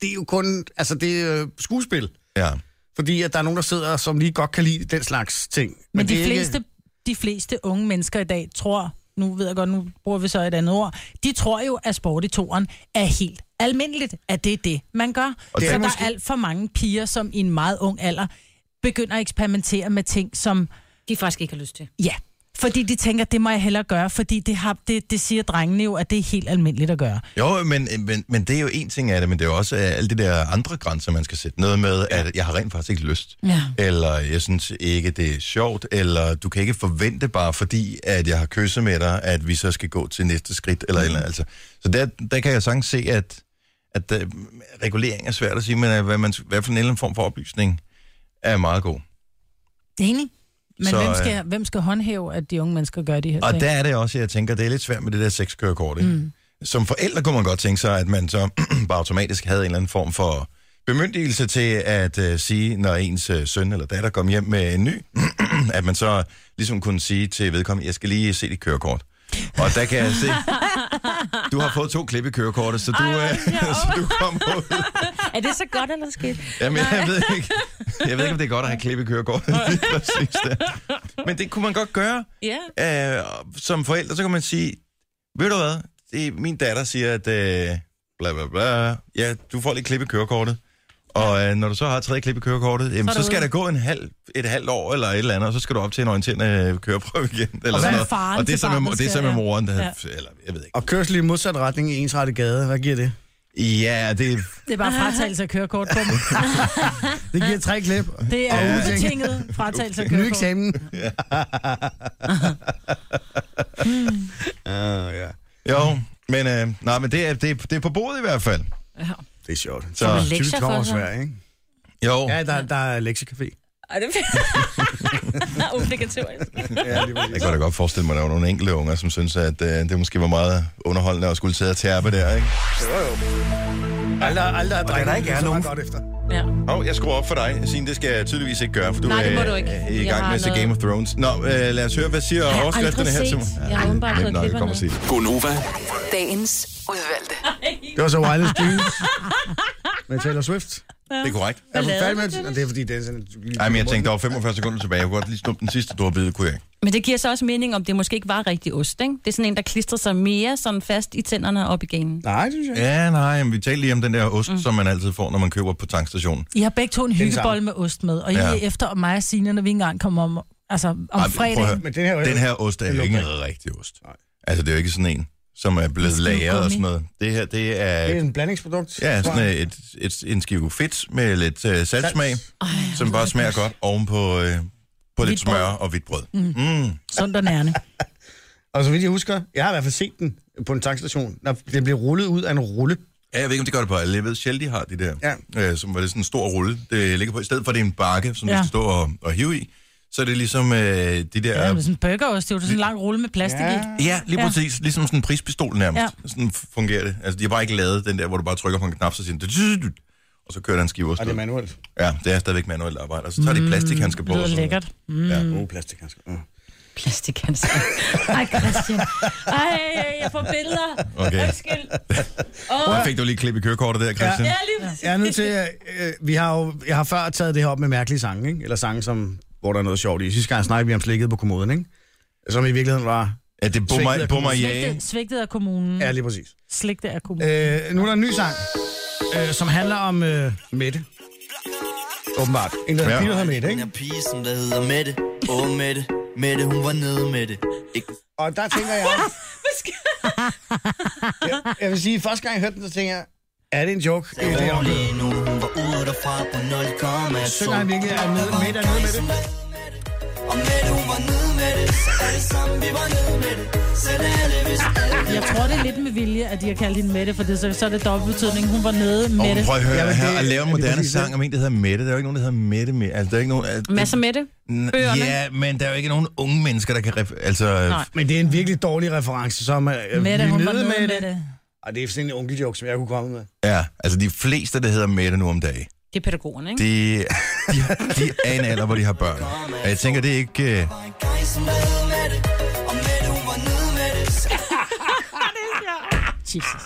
Speaker 3: det er jo kun... Altså, det er øh, skuespil.
Speaker 1: Ja.
Speaker 3: Fordi at der er nogen, der sidder, som lige godt kan lide den slags ting. Men,
Speaker 2: Men,
Speaker 3: det
Speaker 2: de,
Speaker 3: er
Speaker 2: fleste, ikke... de fleste unge mennesker i dag tror, nu ved jeg godt, nu bruger vi så et andet ord, de tror jo, at sport i toren er helt almindeligt, at det er det, man gør.
Speaker 1: Og
Speaker 2: Og
Speaker 1: det
Speaker 2: så
Speaker 1: er
Speaker 2: der
Speaker 1: måske-
Speaker 2: er alt for mange piger, som i en meget ung alder begynder at eksperimentere med ting, som,
Speaker 4: De faktisk ikke har lyst til.
Speaker 2: ja, fordi de tænker, det må jeg hellere gøre, fordi det, har, det, det siger drengene jo, at det er helt almindeligt at gøre.
Speaker 1: Jo, men, men, men det er jo en ting af det, men det er jo også øh, alle de der andre grænser, man skal sætte. Noget med, at jeg har rent faktisk ikke lyst.
Speaker 2: Ja.
Speaker 1: Eller jeg synes ikke, det er sjovt. Eller du kan ikke forvente bare, fordi at jeg har kysset med dig, at vi så skal gå til næste skridt. Eller, mm. eller altså. Så der, der kan jeg sagtens se, at, at uh, regulering er svært at sige, men øh, hvad man, hvad for en eller anden form for oplysning er meget god.
Speaker 2: Det er enig. Men
Speaker 1: Så,
Speaker 2: så, hvem,
Speaker 1: øh,
Speaker 2: skal, hvem skal håndhæve, at de unge mennesker gør de her
Speaker 1: Og
Speaker 2: ting?
Speaker 1: der er det også, jeg tænker, det er lidt svært med det der sexkørekort. Ikke? Mm. Som forældre kunne man godt tænke sig, at man så bare automatisk havde en eller anden form for bemyndigelse til at øh, sige, når ens øh, søn eller datter kom hjem med en ny, at man så ligesom kunne sige til vedkommende, jeg skal lige se dit kørekort. Og der kan jeg se, du har fået to klip i kørekortet, så du,
Speaker 4: Ej, hvor er
Speaker 1: øh,
Speaker 4: det sjovt.
Speaker 1: så du kom ud.
Speaker 4: Er det så godt eller skidt?
Speaker 1: Jamen, jeg ved, ikke, jeg ved ikke, om det er godt at have klip i kørekortet. Lige præcis der. Men det kunne man godt gøre.
Speaker 4: Ja.
Speaker 1: Øh, og som forældre, så kan man sige, ved du hvad, det er, min datter siger, at øh, bla bla bla, ja, du får lige klip i kørekortet. Og øh, når du så har tredje klip i kørekortet, jamen,
Speaker 2: er
Speaker 1: så,
Speaker 2: du
Speaker 1: skal
Speaker 2: ude.
Speaker 1: der gå en halv, et halvt år eller et eller andet, og så skal du op til en orienterende øh, køreprøve igen. Eller
Speaker 2: hvad
Speaker 1: sådan
Speaker 2: er
Speaker 1: noget.
Speaker 2: faren
Speaker 1: og det er
Speaker 2: til
Speaker 1: så med,
Speaker 2: barnet
Speaker 1: det er så
Speaker 2: skal-
Speaker 1: med
Speaker 2: ja.
Speaker 1: moren, der, ja. eller jeg ved
Speaker 3: Og kørsel i modsat retning i ensrettet gade, hvad giver det?
Speaker 1: ikke. Ja, det,
Speaker 2: Det er bare fratagelse af kørekort på dem.
Speaker 3: Det giver tre klip.
Speaker 2: Det er
Speaker 3: Ja.
Speaker 2: ubetinget fratagelse af
Speaker 3: Ny
Speaker 2: kørekort.
Speaker 3: eksamen. uh, ja.
Speaker 1: jo, men, øh, nej, men det, er, det, er- det er på bordet i hvert fald.
Speaker 3: Det er sjovt.
Speaker 1: Så,
Speaker 3: Typisk
Speaker 4: Lektier for
Speaker 3: kommer
Speaker 4: sig.
Speaker 3: Sverige, ikke?
Speaker 1: jo,
Speaker 3: Ja, der, der er lektiecafé.
Speaker 4: Ej, det er obligatorisk.
Speaker 3: Ja, lige
Speaker 1: Jeg kan da godt forestille mig, at der var nogle enkelte unger, som synes, at øh, det måske var meget underholdende at skulle sidde og tærpe der, ikke?
Speaker 3: aldrig, aldrig,
Speaker 7: Og da der ikke er nogen-
Speaker 3: Godt efter.
Speaker 4: Ja.
Speaker 1: Hov, jeg skruer op for dig, Signe. Det skal jeg tydeligvis ikke gøre, for du,
Speaker 5: Nej, det må
Speaker 1: er,
Speaker 5: du ikke.
Speaker 1: er i
Speaker 5: Jeg
Speaker 1: gang
Speaker 5: har
Speaker 1: med at se
Speaker 5: noget-
Speaker 1: Game of Thrones. Nå, øh, lad os høre, hvad siger
Speaker 4: har
Speaker 1: overskrifterne her
Speaker 4: aldrig
Speaker 1: til mig?
Speaker 4: set. Jeg har åbenbart
Speaker 1: nemt
Speaker 4: fået
Speaker 1: nok, jeg
Speaker 4: klipperne.
Speaker 1: kommer og siger det.
Speaker 7: Gonova,
Speaker 8: Dagens udvalgte.
Speaker 3: Det var så Wireless Dreams med Taylor Swift.
Speaker 1: Det er korrekt.
Speaker 3: Er du færdig med? Og det er fordi, det er sådan...
Speaker 1: Ej, men jeg tænkte, der var 45 sekunder tilbage. Jeg kunne godt lige snuppe den sidste store bid, kunne jeg ikke?
Speaker 4: Men det giver så også mening, om det måske ikke var rigtig ost, ikke? Det er sådan en, der klistrer sig mere sådan fast i tænderne og op i ganen.
Speaker 3: Nej, det synes jeg ikke.
Speaker 1: Ja, nej, men vi talte lige om den der ost, mm. som man altid får, når man køber på tankstationen.
Speaker 2: I har begge to en
Speaker 3: samme.
Speaker 2: hyggebold med ost med, og I
Speaker 1: Ja.
Speaker 2: er efter mig og Signe, når vi ikke engang kommer om, altså om
Speaker 1: Ej, prøv at høre.
Speaker 2: fredagen.
Speaker 3: Men den her, er jo
Speaker 1: Den her ost er
Speaker 3: Den
Speaker 1: jo ikke
Speaker 3: lugter
Speaker 1: en rigtig ost. Altså, det er jo ikke sådan en, som er blevet lagret og sådan noget. Det her, det
Speaker 3: det er
Speaker 1: er...
Speaker 3: en blandingsprodukt.
Speaker 1: Ja,
Speaker 3: tror
Speaker 1: sådan
Speaker 3: jeg.
Speaker 1: et, et, et, en skive fedt med lidt uh, saltsmag, som bare smager godt oven på, øh, på lidt
Speaker 2: Hvidt brød.
Speaker 1: smør og hvidt brød. Mm. Mm.
Speaker 2: Sundt og nærende.
Speaker 3: Og så vidt jeg husker, jeg har i hvert fald set den på en tankstation. Når den blev rullet ud af en rulle.
Speaker 1: Ja, jeg ved ikke, om det gør det på alle. Jeg ved, sjældent de har de der,
Speaker 3: Ja.
Speaker 1: øh, som var det sådan en stor rulle, det ligger på. I stedet for, at det er en bakke, som ja. du
Speaker 2: Ja.
Speaker 1: skal stå og, og hive i, så er det ligesom øh, de der...
Speaker 2: Ja, men sådan en burgerost, det er jo sådan en lang rulle med plastik i.
Speaker 1: Ja, lige
Speaker 2: Ja.
Speaker 1: præcis. Ligesom sådan en prispistol nærmest. Ja.
Speaker 2: Ja.
Speaker 1: Sådan fungerer det. Altså, de har bare ikke lavet den der, hvor du bare trykker på en knap, så siger den, "Dydydydyt", og så kører den skive
Speaker 3: Og
Speaker 1: afsted.
Speaker 3: det er manuelt.
Speaker 1: Ja, det er stadigvæk manuelt arbejde. Og så tager de plastikhandsker på.
Speaker 2: Mm, Det
Speaker 1: og
Speaker 2: lyder
Speaker 1: sådan noget.
Speaker 2: lækkert.
Speaker 3: Mm. Oh, plastik, altså. Mm.
Speaker 4: Plastikhansker. Ej, Christian. Ej, jeg får billeder.
Speaker 2: Mm.
Speaker 1: Okay.
Speaker 4: Undskyld.
Speaker 1: Der fik du lige et klip i kørekortet der, Christian.
Speaker 4: Ja, lige præcis.
Speaker 3: Jeg er nødt til, at, øh, vi har jo, jeg har før taget det her op med mærkelige sange, ikke? eller sange, som, hvor der er noget sjovt i. Sidste gang snakkede vi om slikket på kommoden, ikke? som i virkeligheden var...
Speaker 1: Ja, det bor mig,
Speaker 3: Svigtet
Speaker 1: bor
Speaker 3: af
Speaker 1: mig ja.
Speaker 2: Svigtet, svigtet af kommunen.
Speaker 3: Ja, lige præcis.
Speaker 2: Sligtet af kommunen.
Speaker 3: Øh, nu er der en ny sang, øh, som handler om øh, Mette. Åbenbart. En, der
Speaker 1: Ja.
Speaker 3: hedder Peter hedder Mette, ikke?
Speaker 9: Den her pige, som der hedder Mette. Åh, Mette. Mette, hun var nede med det. Ikke
Speaker 3: Og der tænker jeg... jeg, jeg vil sige, første gang jeg hørte den, så tænker jeg, er det en joke? Øh, det er-
Speaker 9: dårlig nu. Hun var ude derfra på 0,2.
Speaker 3: Synger han virkelig, er nede, Mette er nede med det?
Speaker 9: Og Mette, hun var nede med det. Så alle sammen, vi var nede med det. Selv alle, hvis alle
Speaker 1: Øh.
Speaker 2: Jeg tror, det er lidt med vilje, at de har kaldt hende Mette, for det, så, så er det dobbeltbetydning. Hun var nede,
Speaker 1: Og
Speaker 2: Mette.
Speaker 1: prøv at høre
Speaker 3: Ja, men
Speaker 1: her,
Speaker 3: det-
Speaker 1: at lave en
Speaker 3: er det
Speaker 1: moderne
Speaker 3: præcis
Speaker 1: sang
Speaker 3: det?
Speaker 1: om en, der hedder Mette. Der er jo ikke nogen, der hedder Mette mere. Altså, der er ikke nogen... Altså,
Speaker 4: Masser med det. bøgerne.
Speaker 1: ja, men der er jo ikke nogen unge mennesker, der kan... Ref- altså,
Speaker 4: Nej.
Speaker 3: Men det er en virkelig dårlig reference, som er øh,
Speaker 2: Mette,
Speaker 3: vi er
Speaker 2: hun var
Speaker 3: nede
Speaker 2: nede
Speaker 3: med det.
Speaker 2: Mette.
Speaker 3: Og det er sådan en onkeljoke, som jeg kunne komme med.
Speaker 1: ja, altså de fleste, der hedder Mette nu om dagen,
Speaker 4: Det er pædagogerne, ikke?
Speaker 1: de, de, de er i en alder, hvor de har børn. Og jeg tænker, det er ikke... øh,
Speaker 9: var en guy, som der hed Mette. Og Mette, hun var nede med det. Så
Speaker 2: Jesus.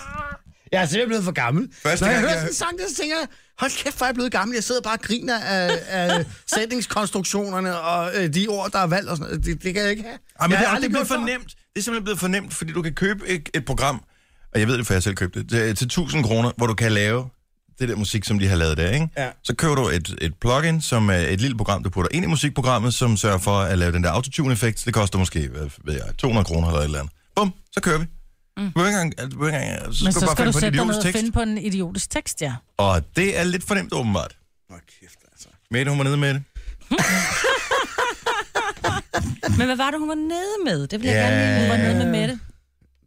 Speaker 3: Jeg er simpelthen blevet for gammel.
Speaker 1: Første
Speaker 3: Når jeg
Speaker 1: gang,
Speaker 3: hører
Speaker 1: jeg-
Speaker 3: sådan en sang, der så tænker jeg, hold kæft, hvor er jeg blevet gammel. Jeg sidder bare og griner af, af sætningskonstruktionerne og øh, de ord, der er valgt og sådan noget. Det, det kan jeg ikke have.
Speaker 1: Ej, Ah, men
Speaker 3: jeg
Speaker 1: det,
Speaker 3: har
Speaker 1: er aldrig blevet for
Speaker 3: gjort før.
Speaker 1: nemt. Det er simpelthen blevet for nemt, fordi du kan købe et, et program, og jeg ved det, for jeg selv købte det, til, til 1000 kroner, hvor du kan lave det der musik, som de har lavet der, ikke?
Speaker 3: Ja.
Speaker 1: Så køber du et, et plugin, som er et lille program, du putter ind i musikprogrammet, som sørger for at lave den der autotune-effekt. Det koster måske, hvad ved jeg, 200 kroner eller et eller andet. Bum, så kører vi. Mm. Du behøver ikke engang, du behøver ikke engang, altså, så
Speaker 2: Men
Speaker 1: skal du
Speaker 2: så
Speaker 1: bare
Speaker 2: skal
Speaker 1: finde
Speaker 2: du
Speaker 1: på en
Speaker 2: sætte
Speaker 1: idiotisk tekst.
Speaker 2: dig ned og finde på en idiotisk tekst, ja.
Speaker 1: Og det er lidt for nemt, åbenbart.
Speaker 3: Nå, kæft, altså.
Speaker 1: Mette, hun var nede med det.
Speaker 4: Men hvad var det, hun var nede med? Det vil jeg
Speaker 1: Ja.
Speaker 4: gerne vide. Hun var nede med Mette.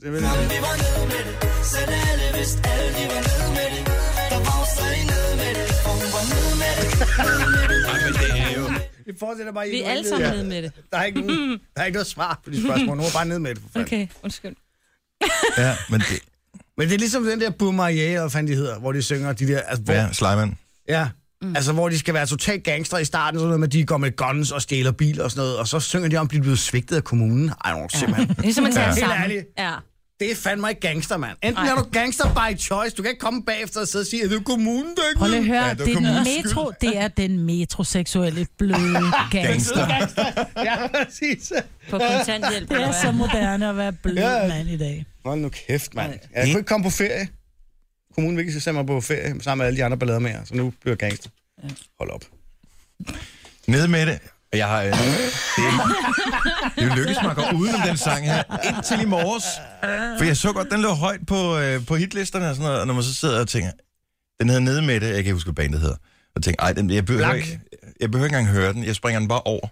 Speaker 3: Det vil
Speaker 9: vi var nede med det. Selv alle, hvis alle, de var nede med det. Der var så en nede med det. Og hun var nede med det.
Speaker 3: Vi fortsætter bare. I
Speaker 4: Vi er
Speaker 3: går
Speaker 4: alle
Speaker 3: ned.
Speaker 4: sammen nede med det.
Speaker 3: Der er, ikke nogen, der er ikke noget svar på de spørgsmål. Nu er jeg bare ned med det, for fanden.
Speaker 4: Okay, undskyld.
Speaker 1: Ja, men det
Speaker 3: Men det er ligesom den der Boomerang, eller hvad fanden de hedder, hvor de synger de der... Altså, hvor,
Speaker 1: er ja, Slimand.
Speaker 3: Ja. Mm. Altså, hvor de skal være totalt gangster i starten, sådan noget med, at de går med guns og stjæler biler og sådan noget, og så synger de om, at de er blevet svigtet af kommunen. Ej, no, simpelthen.
Speaker 4: Det er som at tage
Speaker 3: Ja.
Speaker 4: ja.
Speaker 3: Helt
Speaker 4: sammen.
Speaker 3: ærligt.
Speaker 4: Ja.
Speaker 3: Det er fandme ikke gangster, mand. Enten er du gangster by choice, du kan ikke komme bagefter og sidde og sige, at det er kommunen, der ikke
Speaker 2: Prøv lige at høre,
Speaker 1: Ja,
Speaker 2: ja,
Speaker 1: det var
Speaker 2: det er den
Speaker 1: kommunens
Speaker 2: metro, det er den metroseksuelle bløde gangster.
Speaker 1: Gangster.
Speaker 3: Ja, præcis.
Speaker 4: På kontanthjælp.
Speaker 2: Det er så moderne at være blød
Speaker 3: Ja.
Speaker 2: mand i dag.
Speaker 3: Hold nu kæft, mand. Jeg kunne
Speaker 1: Det-
Speaker 3: ikke komme på ferie. Kommunen vil ikke sende mig på ferie sammen med alle de andre ballader med jer, så nu bliver jeg gangster. Hold op.
Speaker 1: Nede med det. Og Jeg har... Øh, det, det er jo lykkedes mig at gå udenom den sang her, indtil i morges. For jeg så godt, den lå højt på, øh, på hitlisterne og sådan noget, og når man så sidder og tænker, den hedder Nede med det, jeg kan ikke huske, hvad bandet hedder. Og tænkte, ej, den, jeg, behøver,
Speaker 3: Blank.
Speaker 1: ikke, jeg behøver ikke engang høre den, jeg springer den bare over.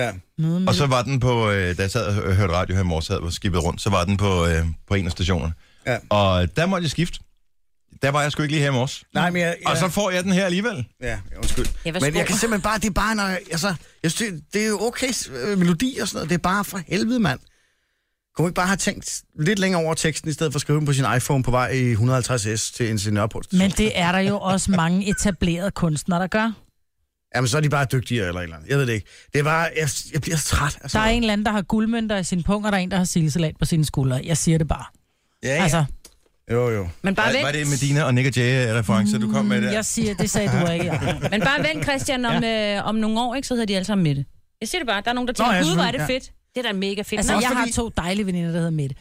Speaker 3: Ja.
Speaker 1: Og så var den på, øh, da jeg sad og hø- hørte radio her i morges, havde skibet rundt, så var den på, øh, på en af stationerne.
Speaker 3: Ja.
Speaker 1: Og der måtte jeg skifte. der var jeg sgu ikke lige her i morges.
Speaker 3: Nej, men jeg, jeg,
Speaker 1: Og så får jeg den her alligevel.
Speaker 3: ja, undskyld.
Speaker 4: Jeg var
Speaker 3: men jeg
Speaker 4: spurgt.
Speaker 3: kan simpelthen bare, det er bare, når jeg, altså, jeg synes, det- det er jo okay øh, melodi og sådan noget, det er bare for helvede, mand. Kunne man ikke bare have tænkt lidt længere over teksten, i stedet for at skrive den på sin iPhone på vej i 150S til en sin opholdstation?
Speaker 2: Men det er der jo også mange etablerede kunstnere, der gør.
Speaker 3: Jamen, så er de bare dygtigere eller et eller andet. Jeg ved det ikke. Det er bare, jeg, jeg bliver så træt. Altså.
Speaker 2: Der er en eller anden, der har guldmønter i sin pung, og der er en, der har sildesalat på sine skuldre. Jeg siger det bare.
Speaker 1: Ja, ja.
Speaker 2: Altså,
Speaker 3: Jo, jo.
Speaker 4: Men bare
Speaker 1: Var,
Speaker 4: vent, Mm,
Speaker 1: var det Medina og Nick og Jay-referencer, du kom med der?
Speaker 2: jeg siger, det sagde du ikke.
Speaker 5: Altså,
Speaker 4: men bare vent Christian, om, ja. øh, om nogle år, ikke, så hedder de alle sammen Mette.
Speaker 5: Jeg siger det bare, der er nogen, der
Speaker 3: Nå, ja,
Speaker 5: tænker, gud, hvor er det
Speaker 3: selvfølgelig,
Speaker 5: fedt. Det er da mega fedt.
Speaker 2: Altså,
Speaker 5: Nå,
Speaker 2: jeg har to dejlige veninder, der hedder Mette.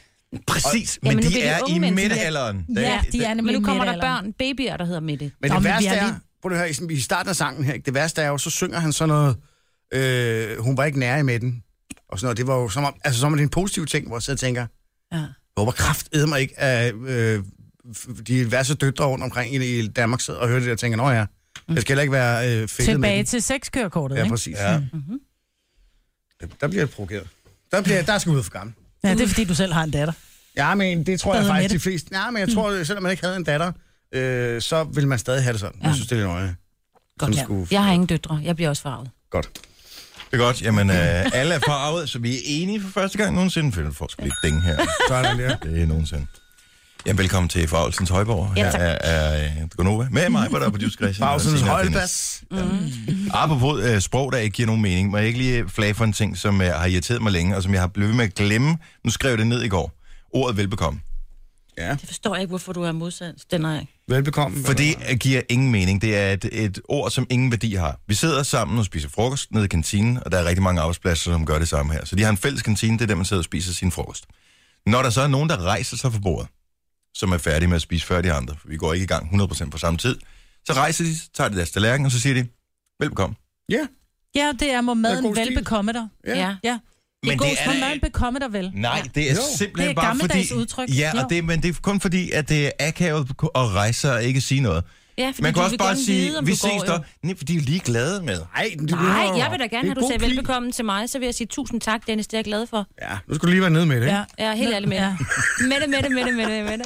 Speaker 1: Præcis,
Speaker 5: Jamen,
Speaker 1: men
Speaker 5: nu
Speaker 1: de
Speaker 5: bliver de
Speaker 1: er
Speaker 5: unge
Speaker 1: i
Speaker 5: mennesker.
Speaker 1: midtalderen. Der-
Speaker 2: Ja, de er
Speaker 5: men
Speaker 2: nemlig
Speaker 5: nu kommer der
Speaker 2: middelalderen.
Speaker 5: børn, babyer, der hedder Mette.
Speaker 3: Men
Speaker 2: Nå, men
Speaker 3: det
Speaker 2: vi
Speaker 3: værste
Speaker 2: har
Speaker 3: er,
Speaker 2: lige-
Speaker 3: prøv lige at høre, i sådan- i starten af sangen her, ikke? det værste er jo, så synger han sådan noget, øh, hun var ikke nær i midten, og sådan noget. Det var jo som om, altså som om det er en positiv ting, hvor jeg sidder og tænker,
Speaker 5: Ja.
Speaker 3: jeg håber kraft mig ikke, at øh, f- de værste døtre rundt omkring i, i Danmark sidder og hører det, og tænker, nå ja, jeg skal heller ikke være øh, fældet
Speaker 2: Mm. Tilbage
Speaker 3: med
Speaker 2: til sexkørekortet,
Speaker 3: den. Ja,
Speaker 2: ikke?
Speaker 3: præcis. Ja. Mm-hmm. Der bliver jeg provokeret. Der, bliver, der skal ud for gammel.
Speaker 2: Ja, det er fordi, du selv har en datter.
Speaker 3: Ja, men det tror
Speaker 2: Der
Speaker 3: jeg
Speaker 2: hedder
Speaker 3: faktisk
Speaker 2: Mette.
Speaker 3: de fleste. Nej, men jeg tror, mm. selvom man ikke havde en datter, øh, så ville man stadig have det sådan. Ja. Jeg synes, det er lidt nøje. Godt,
Speaker 5: Ja.
Speaker 3: skulle...
Speaker 5: Jeg har ingen døtre. Jeg bliver også farvet.
Speaker 3: Godt.
Speaker 1: Det er godt, jamen øh, alle er farvet, så vi er enige for første gang nogensinde. Følger får sgu lidt ding her.
Speaker 3: Så er det der.
Speaker 1: Det er nogensinde. Ja, velkommen til Fagelsens Højborg. Her er, er øh, Gonova. Med mig, hvor der er producer Christian. og
Speaker 3: Bagsens
Speaker 1: senere
Speaker 3: højdepas.
Speaker 1: Dennis. Apropos øh, sprog, der ikke giver nogen mening. Må jeg ikke lige flage for en ting, som øh, har irriteret mig længe, og som jeg har blevet ved med at glemme. Nu skrev jeg det ned i går. Ordet velbekomme.
Speaker 5: Det forstår jeg ikke, hvorfor du er modsat. Den er ikke.
Speaker 3: Velbekomme.
Speaker 1: For det øh, giver ingen mening. Det er et, et ord, som ingen værdi har. Vi sidder sammen og spiser frokost nede i kantinen, og der er rigtig mange arbejdspladser, som gør det samme her. Så de har en fælles kantine, det er der, man sidder og spiser sin frokost. Når der så er nogen, der rejser sig fra bordet, som er færdige med at spise før de andre, for vi går ikke i gang 100% på samme tid, så rejser de, så tager de deres tallerken, og så siger de, velbekomme.
Speaker 3: Ja.
Speaker 2: Ja, det er, må maden
Speaker 3: god stil.
Speaker 2: velbekomme dig.
Speaker 3: Ja.
Speaker 5: Ja.
Speaker 2: Ja. Det er
Speaker 1: Men
Speaker 2: god,
Speaker 1: det er
Speaker 2: må
Speaker 1: da-
Speaker 2: maden bekomme dig vel.
Speaker 1: Nej, det er
Speaker 3: Jo.
Speaker 1: simpelthen
Speaker 2: Det er
Speaker 1: bare
Speaker 2: gammeldags
Speaker 1: fordi...
Speaker 2: udtryk.
Speaker 1: Ja,
Speaker 2: Jo.
Speaker 1: og det, men det er kun fordi, at det er akavet at rejse sig og ikke sige noget.
Speaker 5: Ja, fordi
Speaker 1: Man
Speaker 5: du
Speaker 1: kan også
Speaker 5: vil
Speaker 1: bare
Speaker 5: gerne
Speaker 1: sige,
Speaker 5: vide, om
Speaker 1: vi
Speaker 5: du går,
Speaker 1: ses
Speaker 5: jo."
Speaker 1: der. Nej, for de er jo lige glade med.
Speaker 3: Ej, du
Speaker 5: Nej, jeg vil da gerne
Speaker 3: Det er
Speaker 5: have, du
Speaker 3: god
Speaker 5: sagde
Speaker 3: pli.
Speaker 5: velbekomme til mig, så vil jeg sige tusind tak, Dennis, det er jeg glad for.
Speaker 3: Ja, nu skal du lige være nede med det. Ja.
Speaker 2: Ja.
Speaker 5: Ja, helt ærligt med
Speaker 2: Ja.
Speaker 5: det. Med det, med det, med det, med det, med det.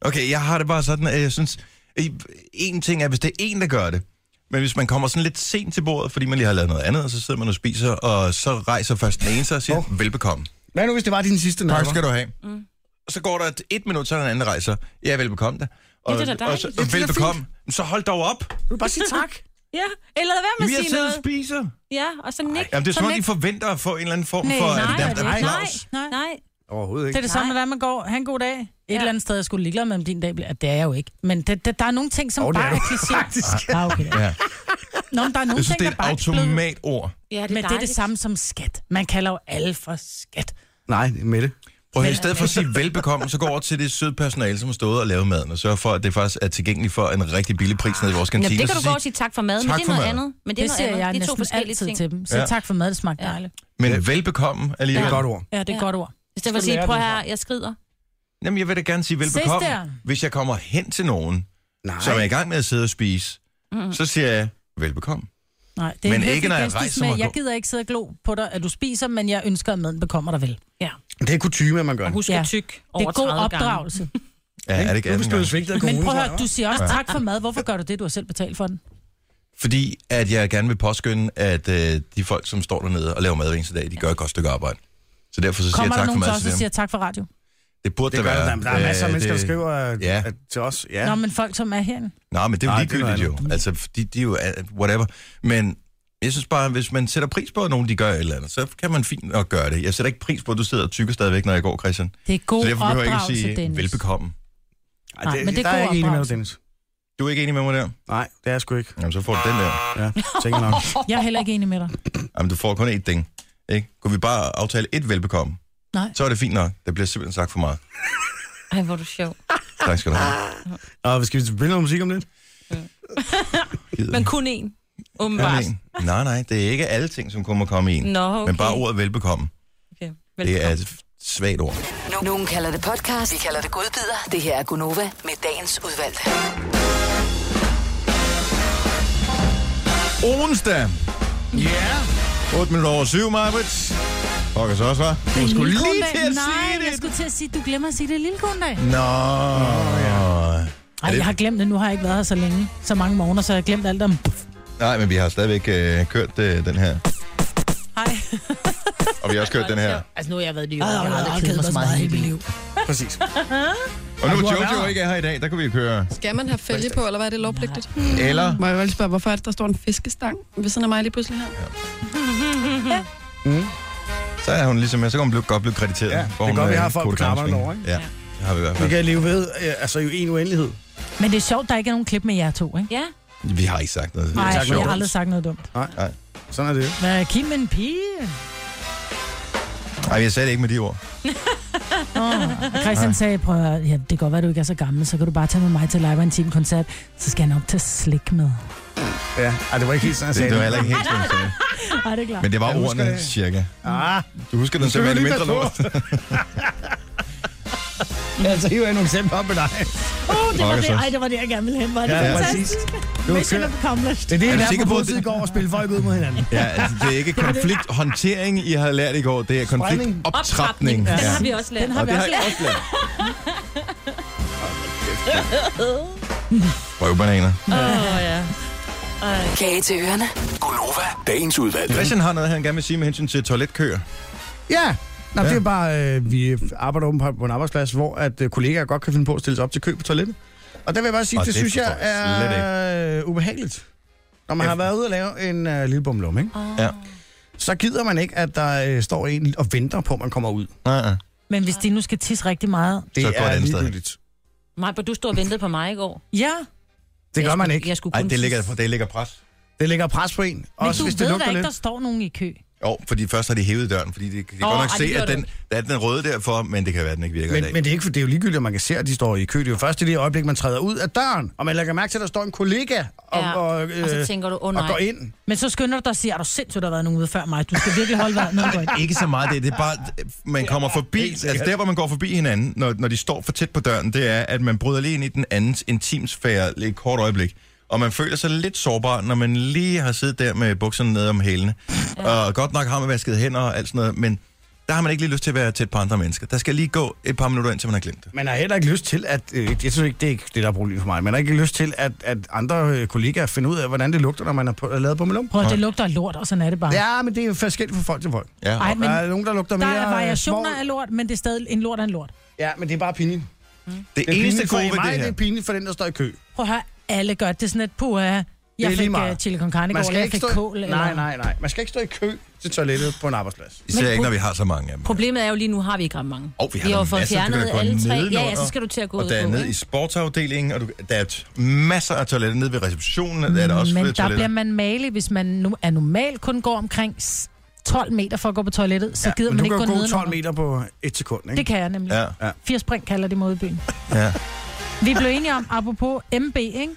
Speaker 1: Okay, jeg har det bare sådan, at jeg synes, i- en ting er, hvis det er en, der gør det, men hvis man kommer sådan lidt sent til bordet, fordi man lige har lavet noget andet, og så sidder man og spiser, og så rejser først den ene sig og siger, oh. velbekomme.
Speaker 3: Hvad nu, hvis det var din sidste
Speaker 1: Tak
Speaker 3: nærmere?
Speaker 1: skal du have. Mm. Og så går der et, et minut, så er der en anden der rejser. Ja, velbekomme da. Og,
Speaker 5: Ja, det er da
Speaker 1: og så,
Speaker 5: dejligt.
Speaker 1: og velbekomme. Så hold dog op.
Speaker 3: Du vil bare sige tak.
Speaker 5: Ja, eller lad være med
Speaker 1: Vi
Speaker 5: at
Speaker 1: har
Speaker 5: sige
Speaker 1: siddet og
Speaker 5: noget.
Speaker 1: spiser.
Speaker 5: Ja, og så nik.
Speaker 1: Jamen, det er
Speaker 5: Så
Speaker 1: som om,
Speaker 5: nik.
Speaker 1: de forventer at få en eller anden form
Speaker 2: Nej,
Speaker 1: for...
Speaker 2: nej,
Speaker 1: det
Speaker 2: det er
Speaker 1: der
Speaker 2: ikke.
Speaker 1: applaus.
Speaker 5: Nej, nej.
Speaker 3: Overhovedet
Speaker 2: Det er
Speaker 3: ikke.
Speaker 2: det samme, hvordan man går. Han god dag. Et ja. eller andet sted, jeg skulle ligeglad med, om din dag bliver... Ja, Det er jeg jo ikke. Men det, det, der er nogle ting, som
Speaker 3: Jo,
Speaker 2: oh,
Speaker 3: det
Speaker 2: bare
Speaker 3: er du
Speaker 2: er kliché. Ja, okay.
Speaker 1: Ja.
Speaker 2: Nå, men der er nogle
Speaker 1: Jeg synes,
Speaker 2: ting,
Speaker 1: det er
Speaker 2: der
Speaker 1: et
Speaker 2: bare er blevet-
Speaker 1: automatord.
Speaker 5: Ja,
Speaker 2: Men det er det
Speaker 5: dejligt.
Speaker 2: samme som skat. Man kalder jo alle for skat.
Speaker 3: Nej, det er Mette.
Speaker 1: Prøv at høre, i stedet for at sige velbekomme, så gå over til det søde personale, som har stået og lavet maden, og sørg for, at det faktisk er tilgængeligt for en rigtig billig pris nede i vores
Speaker 5: Jamen,
Speaker 1: kantine.
Speaker 5: det kan
Speaker 1: Så
Speaker 5: du
Speaker 1: sig,
Speaker 5: godt sige tak for maden,
Speaker 1: Tak
Speaker 5: men det er
Speaker 1: for
Speaker 5: noget
Speaker 1: maden.
Speaker 5: andet. Men det
Speaker 2: Det,
Speaker 5: er
Speaker 2: det
Speaker 5: noget
Speaker 2: siger
Speaker 5: andet.
Speaker 2: jeg
Speaker 5: Det er to
Speaker 2: næsten
Speaker 5: forskellige
Speaker 2: altid
Speaker 5: ting.
Speaker 2: til dem. Så
Speaker 1: Ja.
Speaker 2: ja. tak for mad, det smagte
Speaker 5: Ja.
Speaker 2: dejligt.
Speaker 1: Men velbekomme
Speaker 3: Det er
Speaker 1: alligevel.
Speaker 3: et godt ord.
Speaker 2: Ja, det er et
Speaker 5: Ja.
Speaker 2: godt ord.
Speaker 5: I stedet for at sige, prøv her, jeg skrider.
Speaker 1: Jamen, jeg vil da gerne sige velbekomme.
Speaker 2: der.
Speaker 1: Hvis jeg kommer hen til nogen,
Speaker 3: Nej.
Speaker 1: som er i gang med at sidde og spise, så siger jeg velbekomme.
Speaker 2: Nej, det er
Speaker 1: Men
Speaker 2: en
Speaker 1: ikke,
Speaker 2: høflig
Speaker 1: når jeg
Speaker 2: gestus
Speaker 1: rejser
Speaker 2: med,
Speaker 1: mig og
Speaker 2: Jeg
Speaker 1: går.
Speaker 2: gider ikke sidde og glo på dig, at du spiser, men jeg ønsker, at maden bekommer dig vel.
Speaker 3: Det er kutume, at man gør det.
Speaker 5: Husk
Speaker 2: Ja.
Speaker 5: at tyk
Speaker 2: Det
Speaker 5: over
Speaker 2: er god
Speaker 5: 30 gange.
Speaker 2: opdragelse.
Speaker 1: Ja, er det ikke
Speaker 3: Nu
Speaker 1: andet
Speaker 3: hvis du er
Speaker 1: gang?
Speaker 3: svigtet af
Speaker 2: Men
Speaker 3: kommunen,
Speaker 2: prøv at
Speaker 3: tror
Speaker 2: høre,
Speaker 3: jeg,
Speaker 2: du siger også tak for mad. Hvorfor gør du det? Du har selv betalt for den.
Speaker 1: Fordi at jeg gerne vil påskynde, at øh, de folk, som står dernede og laver mad hver eneste dag, de gør et godt stykke arbejde. Så derfor så siger
Speaker 2: Kommer
Speaker 1: jeg
Speaker 2: der
Speaker 1: tak for
Speaker 2: nogen til
Speaker 1: mad
Speaker 2: os,
Speaker 1: til
Speaker 2: der
Speaker 1: dem.
Speaker 2: siger tak for radio?
Speaker 1: Det burde
Speaker 3: Det
Speaker 1: det
Speaker 3: gør
Speaker 1: være.
Speaker 3: der. Der er masser af
Speaker 1: Øh,
Speaker 3: mennesker, der
Speaker 1: det-
Speaker 3: skriver øh,
Speaker 1: Ja.
Speaker 3: at- til os. Ja.
Speaker 2: Ja. Nå, men folk, som er herinde.
Speaker 1: Nej, men det er jo
Speaker 3: Nej, det er
Speaker 1: ligegyldigt jo.
Speaker 3: noget
Speaker 1: Altså, de, de er jo øh, whatever. Men jeg synes bare, hvis man sætter pris på, at nogen de gør et eller andet, så kan man fint nok gøre det. Jeg sætter ikke pris på, at du sidder og tykker stadigvæk, når jeg går, Christian.
Speaker 2: Det er god
Speaker 1: så derfor behøver jeg ikke at
Speaker 2: opdragelse,
Speaker 1: sige
Speaker 2: Dennis.
Speaker 1: velbekomme.
Speaker 3: Ej,
Speaker 2: Nej,
Speaker 3: det,
Speaker 2: men det er
Speaker 3: der er
Speaker 2: god
Speaker 3: jeg ikke enig med dig,
Speaker 2: opdragelse.
Speaker 3: Dennis.
Speaker 1: Du er ikke enig med mig der?
Speaker 3: Nej, det er jeg sgu ikke.
Speaker 1: Jamen, så får du den der.
Speaker 3: Ja, tænker nok.
Speaker 2: Jeg er heller ikke enig med dig.
Speaker 1: Jamen, du får kun ét ding. Ikke? Kunne vi bare aftale et velbekomme?
Speaker 2: Nej.
Speaker 1: Så er det fint nok. Det bliver simpelthen sagt for meget.
Speaker 5: Ej, hvor er du sjov.
Speaker 1: Tak skal du
Speaker 5: Ah,
Speaker 1: have.
Speaker 3: Og skal vi spille noget musik om det?
Speaker 1: Gider
Speaker 5: Men
Speaker 1: ikke.
Speaker 5: kun én,
Speaker 1: Kun
Speaker 5: åbenbart.
Speaker 1: en. Nej, nej, det er ikke alle ting, som kommer komme i en.
Speaker 5: Nå, okay.
Speaker 1: Men bare ordet velbekomme.
Speaker 5: Okay.
Speaker 1: Det er
Speaker 5: Velbekomme.
Speaker 1: et svagt ord.
Speaker 8: No- Nogen kalder det podcast, vi kalder det godbider. Det her er Gunova med dagens udvalgte.
Speaker 1: Onsdag. Ja. 8 minutter over 7, Marbet. Fuck så også, hva'? Du skulle lige til at
Speaker 2: Nej,
Speaker 1: sige
Speaker 2: jeg
Speaker 1: det.
Speaker 2: skulle til at sige, du glemmer at sige det lille kundag.
Speaker 1: Nå.
Speaker 2: Ej,
Speaker 1: det-
Speaker 2: jeg har glemt det. Nu har jeg ikke været her så længe. Så mange morgener, så jeg har glemt alt om...
Speaker 1: Nej, men vi har stadigvæk øh, kørt øh, den her.
Speaker 2: Hej.
Speaker 1: Og vi har også kørt den her.
Speaker 7: Altså, nu har jeg været ny. Jeg har aldrig kedet mig så meget i hele mit liv.
Speaker 3: Præcis.
Speaker 1: Og nu
Speaker 3: du har
Speaker 1: Jojo
Speaker 3: været.
Speaker 1: ikke er her i dag, der kunne vi jo køre.
Speaker 10: Skal man have fælge på, eller hvad er det lovpligtigt?
Speaker 1: Eller
Speaker 10: Må jeg vel spørge, hvorfor er det, der står en fiskestang ved siden af mig lige pludselig her?
Speaker 1: så er hun ligesom, så kan hun blive, godt blive krediteret.
Speaker 3: Ja,
Speaker 1: for
Speaker 3: det er
Speaker 1: hun
Speaker 3: godt, vi
Speaker 1: er
Speaker 3: har folk på
Speaker 1: Kurt
Speaker 3: knapperne
Speaker 1: Ramsving.
Speaker 3: derovre, ikke?
Speaker 1: Ja, det har vi i hvert
Speaker 3: Vi
Speaker 1: fald.
Speaker 3: kan leve ved, øh, altså jo en uendelighed.
Speaker 2: Men det er sjovt, der ikke er nogen klip med jer to, ikke?
Speaker 5: Ja.
Speaker 1: Vi har ikke sagt noget.
Speaker 2: Nej,
Speaker 3: sagt
Speaker 2: jeg
Speaker 3: noget
Speaker 2: har
Speaker 3: dumt.
Speaker 2: aldrig sagt noget dumt.
Speaker 3: Sådan er det jo.
Speaker 2: Men er Kim en pige?
Speaker 1: Nej, jeg sagde det ikke med de ord.
Speaker 2: Og Christian sagde, prøv at, høre, ja, det kan godt være, at du ikke er så gammel, så kan du bare tage med mig til live og intim koncert, så skal jeg nok tage slik med.
Speaker 3: Ja, ej, det var ikke helt sådan, jeg
Speaker 1: Det,
Speaker 3: sagde
Speaker 1: det var heller ikke helt sådan, jeg sagde.
Speaker 2: Ej, det er klart. Uh,
Speaker 1: Men det var
Speaker 3: Jeg husker
Speaker 1: ordene,
Speaker 3: det.
Speaker 1: cirka.
Speaker 3: Ah,
Speaker 1: Du husker den som er det
Speaker 3: lytte
Speaker 1: mindre
Speaker 3: på.
Speaker 1: lort.
Speaker 3: altså hiver jeg nogle eksempler op med dig.
Speaker 2: Oh, det var
Speaker 1: Pokker
Speaker 2: det,
Speaker 1: så.
Speaker 2: ej, det var det, jeg gerne ville hen. Var det
Speaker 3: altså. Ja,
Speaker 2: ja,
Speaker 3: præcis.
Speaker 2: fantastisk?
Speaker 3: Du har
Speaker 2: Mission
Speaker 3: kørt.
Speaker 2: accomplished.
Speaker 3: Det er det,
Speaker 1: Er du
Speaker 3: jeg
Speaker 1: sikker
Speaker 3: lærer på
Speaker 1: på, at
Speaker 3: politiet
Speaker 1: det-
Speaker 3: i går og spille folk ud mod hinanden.
Speaker 1: Ja, altså, det er ikke konflikthåndtering, I har lært i går. Det er konfliktoptrapning.
Speaker 5: Optrapning. Den
Speaker 1: Ja.
Speaker 5: har vi også lært.
Speaker 2: Den har
Speaker 1: Og
Speaker 2: vi
Speaker 1: det har
Speaker 2: også
Speaker 1: jeg
Speaker 2: lært.
Speaker 1: også lært. Røvbananer.
Speaker 5: Åh, ja.
Speaker 8: Kage til ørerne.
Speaker 9: Gunova, dagens udvalgte.
Speaker 1: Christian har noget, han gerne vil sige med hensyn til toiletkøer.
Speaker 3: Ja,
Speaker 1: Ja.
Speaker 3: Nå, ja. det er bare, øh, vi arbejder åbenbart på en arbejdsplads, hvor at øh, kollegaer godt kan finde på at stille sig op til kø på toilettet. Og der vil jeg bare sige,
Speaker 1: Og
Speaker 3: det, det
Speaker 1: det
Speaker 3: synes jeg
Speaker 1: forstår jeg slet
Speaker 3: er øh, ubehageligt. Når man
Speaker 1: Ja.
Speaker 3: har været ude og lave en øh, lille bumlum, ikke?
Speaker 1: Ja.
Speaker 3: så gider man ikke, at der øh, står en og venter på, at man kommer ud.
Speaker 1: Nej, nej.
Speaker 2: Men hvis de nu skal tisse rigtig meget...
Speaker 3: Det
Speaker 1: Så gå et
Speaker 3: er
Speaker 1: andet sted hen.
Speaker 3: ligegyldigt.
Speaker 4: Mig, hvor du stod og ventede på mig i går.
Speaker 2: Ja,
Speaker 3: Det gør
Speaker 4: jeg
Speaker 3: man
Speaker 4: skulle,
Speaker 3: ikke.
Speaker 4: Jeg skulle
Speaker 1: Ej,
Speaker 4: kun
Speaker 1: det ligger, det ligger pres.
Speaker 3: Det lægger pres på en.
Speaker 2: men
Speaker 3: Også
Speaker 2: du
Speaker 3: hvis det
Speaker 2: ved da
Speaker 3: lugter
Speaker 2: ikke,
Speaker 3: lidt.
Speaker 2: der står nogen i kø.
Speaker 1: Jo, fordi først har de hævet døren, fordi de, de kan
Speaker 4: Åh,
Speaker 1: godt nok
Speaker 4: ej,
Speaker 1: se,
Speaker 4: det gjorde
Speaker 1: at den, der er den røde derfor, men det kan være, at den ikke virker i dag.
Speaker 3: Men, men det, er ikke, for det er jo ligegyldigt, at man kan se, at de står i kø. Det er jo først i det øjeblik, man træder ud af døren, og man lægger mærke til, at der står en kollega og,
Speaker 4: Ja,
Speaker 3: og, øh,
Speaker 4: og så tænker du, åh oh,
Speaker 3: og går
Speaker 4: nej.
Speaker 3: ind.
Speaker 2: Men så skynder du dig og siger, er du sindssygt, der har været nogen ude før mig? Du skal virkelig holde vejret, når du går ind.
Speaker 1: Ikke så meget det, det er bare, man kommer forbi, altså der, hvor man går forbi hinanden, når, når de står for tæt på døren, det er, at man bryder lige ind i den andens intimsfære lige et kort øjeblik. Og man føler sig lidt sårbar, når man lige har siddet der med bukserne nede om hælene. Ja. Og godt nok har man vasket hænder og alt sådan noget, men der har man ikke lige lyst til at være tæt på andre mennesker. Der skal lige gå et par minutter, indtil man har glemt det.
Speaker 3: Man har heller ikke lyst til, at... Øh, jeg synes ikke, det er ikke det, der er problemet for mig. Man har ikke lyst til, at, at andre øh, kollegaer finder ud af, hvordan det lugter, når man har på, er lavet på melum.
Speaker 2: Prøv at det lugter af lort, og sådan er det bare.
Speaker 3: Ja, men det er jo forskelligt fra folk til folk.
Speaker 1: Ja,
Speaker 2: Ej,
Speaker 1: og-
Speaker 2: men
Speaker 3: der er nogen, der lugter
Speaker 2: der
Speaker 3: mere...
Speaker 2: er
Speaker 3: øh,
Speaker 2: variationer
Speaker 3: svovl.
Speaker 2: af lort, men det er stadig en lort af en lort.
Speaker 3: Ja, men det er bare pinligt.
Speaker 1: det,
Speaker 3: Det er
Speaker 1: eneste
Speaker 3: pinligt for
Speaker 1: gode ved
Speaker 3: mig,
Speaker 1: det
Speaker 3: det,
Speaker 1: her...
Speaker 3: er pinligt for den, der står i kø.
Speaker 2: Prøv at høre, alle gør det. Det er sådan et, puha, jeg
Speaker 3: er lige
Speaker 2: fik
Speaker 3: meget.
Speaker 2: uh, chili con carne i går,
Speaker 3: Man
Speaker 2: eller
Speaker 3: skal
Speaker 2: jeg
Speaker 3: ikke
Speaker 2: fik
Speaker 3: stå...
Speaker 2: kål.
Speaker 3: i-
Speaker 2: eller-
Speaker 3: Nej, nej, nej. Man skal ikke stå i kø til toilettet på en arbejdsplads.
Speaker 1: Især
Speaker 4: Men
Speaker 1: ikke, når
Speaker 4: pro-
Speaker 1: vi har så mange af dem.
Speaker 4: Problemet er jo lige nu, har vi ikke ret mange.
Speaker 1: Åh, vi har
Speaker 4: vi har jo
Speaker 1: en
Speaker 4: fået
Speaker 1: masse, du kan
Speaker 4: fjernet
Speaker 1: da gå
Speaker 4: alle tre.
Speaker 1: nedenunder.
Speaker 4: Ja, ja, så skal du til at gå ud
Speaker 1: Og der er
Speaker 4: på,
Speaker 1: nede
Speaker 4: ikke?
Speaker 1: i sportsafdelingen, og du, der er t- masser af toiletter nede ved receptionen, der er der også
Speaker 2: Men
Speaker 1: flere
Speaker 2: der
Speaker 1: toiletter.
Speaker 2: bliver man malig, hvis man nu er normalt kun går omkring s- 12 meter for at gå på toilettet, så ja, gider
Speaker 3: Men
Speaker 2: man
Speaker 3: du
Speaker 2: ikke
Speaker 3: kan
Speaker 2: gå
Speaker 3: jo gå
Speaker 2: ned.
Speaker 3: 12 meter på et sekund, ikke?
Speaker 2: Det kan jeg nemlig.
Speaker 1: Ja,
Speaker 2: Ja. Fire spring kalder det mod i byen.
Speaker 1: ja.
Speaker 2: Vi blev enige om, apropos MB, ikke?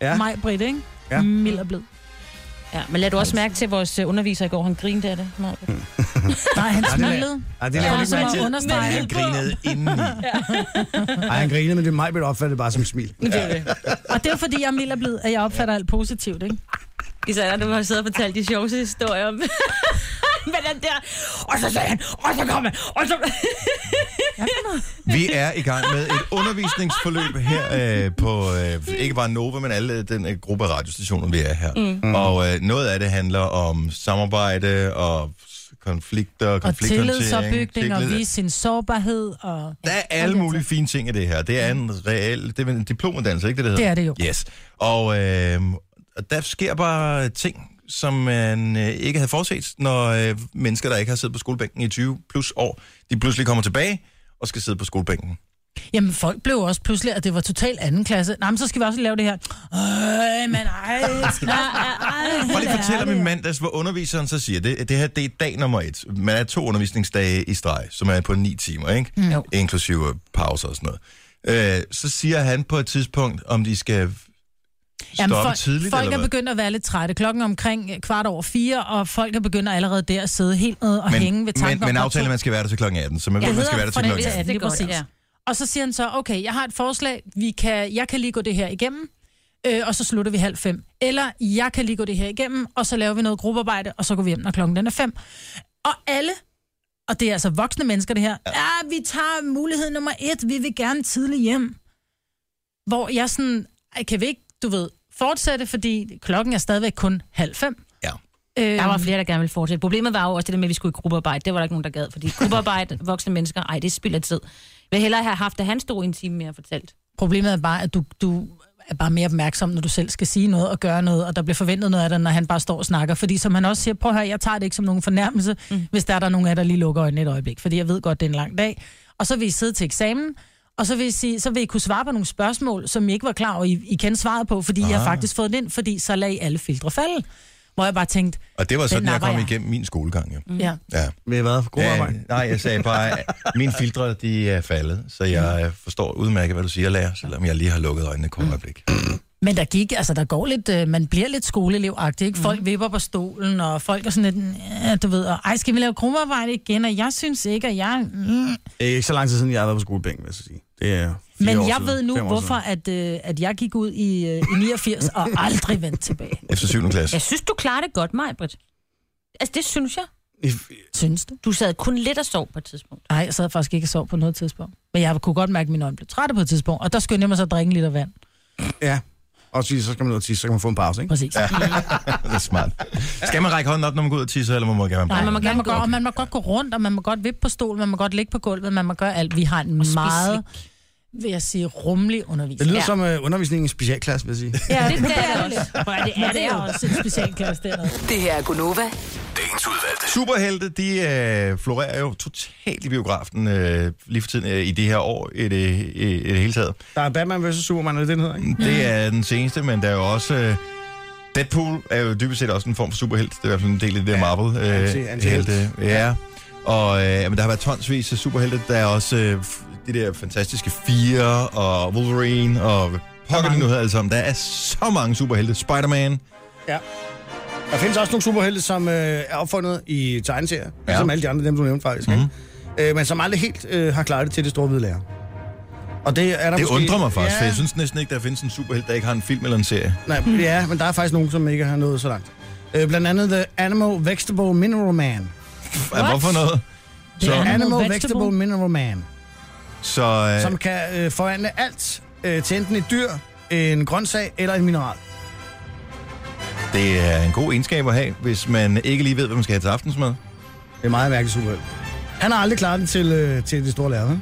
Speaker 3: Ja.
Speaker 2: Ja. Mig, Britt, ikke?
Speaker 3: Ja.
Speaker 2: Ja. Mild og blid.
Speaker 4: Ja, men lad du også mærke til at vores øh, underviser i går, han grinede af det. Maja.
Speaker 2: Nej, han
Speaker 3: det er-
Speaker 2: smilede.
Speaker 3: Ej, det
Speaker 2: Ja,
Speaker 3: laver
Speaker 2: ja,
Speaker 3: ikke
Speaker 4: ligesom
Speaker 2: som
Speaker 3: mærke
Speaker 2: at
Speaker 3: til.
Speaker 1: Men
Speaker 2: understrege.
Speaker 1: han grinede indeni.
Speaker 3: Ej, han grinede, men det er mig, der opfatter det bare som et smil.
Speaker 2: Og det er jo, fordi, jeg er mild og blid, at jeg opfatter alt positivt, ikke?
Speaker 4: Især når du har siddet og fortalt de sjoveste historier om, med den der, og så sagde han, og så kom han, og så...
Speaker 1: Vi er i gang med et undervisningsforløb her øh, på, øh, ikke bare Nova, men alle den øh, gruppe af radiostationer, vi er her. Mm. Og øh, noget af det handler om samarbejde og konflikter,
Speaker 2: Og
Speaker 1: konflikthåndtering.
Speaker 2: tillidsopbygning, og
Speaker 1: tillid.
Speaker 2: vise sin sårbarhed, og...
Speaker 1: Der er alle mulige fine ting i det her. Det er en reel, det er en diplomuddannelse, ikke det, det hedder?
Speaker 2: Det er det jo.
Speaker 1: Yes. Og, øh, og der sker bare ting, som man øh, ikke havde forudset, når øh, mennesker, der ikke har siddet på skolebænken i 20 plus år, de pludselig kommer tilbage og skal sidde på skolebænken.
Speaker 2: Jamen, folk blev også pludselig, at det var totalt anden klasse. Nej, men så skal vi også lave det her. Øh, men ej, skal
Speaker 1: Prøv lige at fortælle om
Speaker 2: det
Speaker 1: i
Speaker 2: er.
Speaker 1: mandags, hvor underviseren så siger, det, det her det er dag nummer et. Man er to undervisningsdage i streg, som er på ni timer, ikke? Mm. Inklusive pauser og sådan noget. Øh, så siger han på et tidspunkt, om de skal stoppe
Speaker 2: folk,
Speaker 1: tidligt,
Speaker 2: folk
Speaker 1: eller
Speaker 2: er
Speaker 1: hvad?
Speaker 2: begyndt at være lidt trætte. Klokken er omkring øh, kvart over fire, og folk er begyndt allerede der at sidde helt ned og hænge ved tanken
Speaker 1: men, men
Speaker 2: om,
Speaker 1: aftalen, at man skal være der til klokken 18, så man ved,
Speaker 2: Jeg
Speaker 1: man skal
Speaker 2: hedder
Speaker 1: være der til klokken
Speaker 2: fra den
Speaker 1: 18.
Speaker 2: Ja, lige præcis.
Speaker 4: Ja.
Speaker 2: Og så siger han så, okay, jeg har et forslag, vi kan, jeg kan lige gå det her igennem, øh, og så slutter vi halv fem. Eller jeg kan lige gå det her igennem, og så laver vi noget gruppearbejde, og så går vi hjem, når klokken den er fem. Og alle, og det "Ah, er altså voksne mennesker det her, ja, vi tager mulighed nummer et, vi vil gerne tidligt hjem. hvor jeg sådan, "Ej, kan vi ikke, du ved, fortsætte, fordi klokken er stadigvæk kun halv fem.
Speaker 1: Ja.
Speaker 2: Øhm,
Speaker 5: Der var flere, der gerne ville fortsætte. Problemet var jo også det der med, at vi skulle i gruppearbejde. Det var der ikke nogen, der gad, fordi gruppearbejde, voksne mennesker, ej, det er spild af tid. Jeg vil hellere have haft, at han stod i en time mere og fortalt.
Speaker 2: Problemet er bare, at du, du er bare mere opmærksom, når du selv skal sige noget og gøre noget, og der bliver forventet noget af dig, når han bare står og snakker. Fordi som han også siger, prøv her, jeg tager det ikke som nogen fornærmelse, mm. hvis der er der nogen af jer, der lige lukker øjnene et øjeblik, fordi jeg ved godt, det er en lang dag. Og så vil I sidde til eksamen, og så vil, I sige, så vil I kunne svare på nogle spørgsmål, som I ikke var klar over, I, I kendte svaret på, fordi ah. I har
Speaker 1: Ah.
Speaker 2: faktisk fået det ind, fordi så lagde I alle filtre falde. Hvor jeg bare tænkte, "Hmm,
Speaker 1: Og det var
Speaker 2: den
Speaker 1: sådan, jeg
Speaker 2: napper
Speaker 1: kom igennem min skolegang, jo.
Speaker 2: Ja.
Speaker 1: Ja.
Speaker 3: Med hvad? God
Speaker 1: ja, nej, jeg sagde bare, at mine filtre, de er faldet, så jeg
Speaker 2: Mm.
Speaker 1: øh, forstår udmærket, hvad du siger, lærer, selvom jeg lige har lukket øjnene et kort øjeblik.
Speaker 2: Men der gik, altså der går lidt, øh, man bliver lidt skoleelevagtig, ikke? Folk mm. vipper på stolen, og folk er sådan lidt, ja, du ved, og, ej, skal vi lave gruppearbejde igen, og jeg synes ikke, at jeg... Mm.
Speaker 3: Det er ikke så lang tid siden, jeg har været på skolebænken, vil jeg så sige. Det er fire
Speaker 2: Men
Speaker 3: år
Speaker 2: jeg
Speaker 3: siden,
Speaker 2: ved nu,
Speaker 3: fem år
Speaker 2: hvorfor at, øh, at jeg gik ud i, øh, i 89 og aldrig vendte tilbage.
Speaker 1: Efter 7. klasse.
Speaker 5: Jeg synes, du klarer det godt, mig, Britt. Altså, det synes jeg.
Speaker 3: siden.
Speaker 2: Synes du?
Speaker 5: Du sad kun lidt og sov på et tidspunkt.
Speaker 2: Nej, jeg sad faktisk ikke og sov på noget tidspunkt. Men jeg kunne godt mærke, at mine øjne blev trætte på et tidspunkt, og der skyndte jeg mig så at drikke en liter vand.
Speaker 3: Ja. Og så så skal man ud og tisse, så kan man få en pause, ikke?
Speaker 2: Præcis. Ja.
Speaker 1: det er smart. Skal man række hånden op, når man går ud og tisser, eller må man gerne
Speaker 2: Nej, man må, gerne man, må
Speaker 5: gå.
Speaker 2: godt, og man må godt gå rundt, og man må godt vippe på stolen, man må godt ligge på gulvet, man må gøre alt. Vi har en meget, vil jeg sige, rummelig undervisning.
Speaker 3: Det lyder ja. som uh, undervisning i en specialklasse, vil jeg sige.
Speaker 2: Ja,
Speaker 5: det skal det også. Prøv at, det er det også.
Speaker 2: en specialklasse dernede.
Speaker 8: Det her er Gunova.
Speaker 1: Superhelte, de øh, florerer jo totalt i biografen øh, lige for tiden øh, i det her år i det, i, i det hele taget.
Speaker 3: Der er Batman vs. Superman, er det den hedder, ikke?
Speaker 1: Det er den seneste, men der er jo også... Øh, Deadpool er jo dybest set også en form for superhelt. Det er i hvert fald en del af det der Marvel. Øh,
Speaker 3: anti- antihelt.
Speaker 1: helte. Ja. Og øh, men der har været tonsvis af superhelte. Der er også øh, f- de der fantastiske fire, og Wolverine, og hvad pokker det nu hedder alle sammen. Der er så mange superhelte. Spider-Man.
Speaker 3: Der findes også nogle superhelte, som øh, er opfundet i tegneserier,
Speaker 1: Ja.
Speaker 3: ja. som alle de andre, dem du nævnte faktisk, mm. ikke? Øh, men som aldrig helt øh, har klaret det til det store hvide lærer. Og det er der
Speaker 1: Det
Speaker 3: måske...
Speaker 1: undrer mig faktisk,
Speaker 3: ja,
Speaker 1: for jeg synes næsten ikke, der findes en superhelt, der ikke har en film eller en serie.
Speaker 3: Nej, ja, men der er faktisk nogen, som ikke har nået så langt. Øh, blandt andet The Animal Vegetable Mineral Man.
Speaker 1: What? Hvorfor noget?
Speaker 2: Det
Speaker 1: Så,
Speaker 2: er Animal
Speaker 3: Animal
Speaker 2: Vegetable?
Speaker 3: Vegetable Mineral Man.
Speaker 1: så
Speaker 3: øh.
Speaker 1: øh,
Speaker 3: som kan øh, forvandle alt øh, til enten et dyr, en grøntsag eller en mineral.
Speaker 1: det er en god egenskab at have, hvis man ikke lige ved, hvad man skal have til aftensmad.
Speaker 3: Det er meget mærkeligt superhelt. Han har aldrig klaret den til, øh, til det store lærred.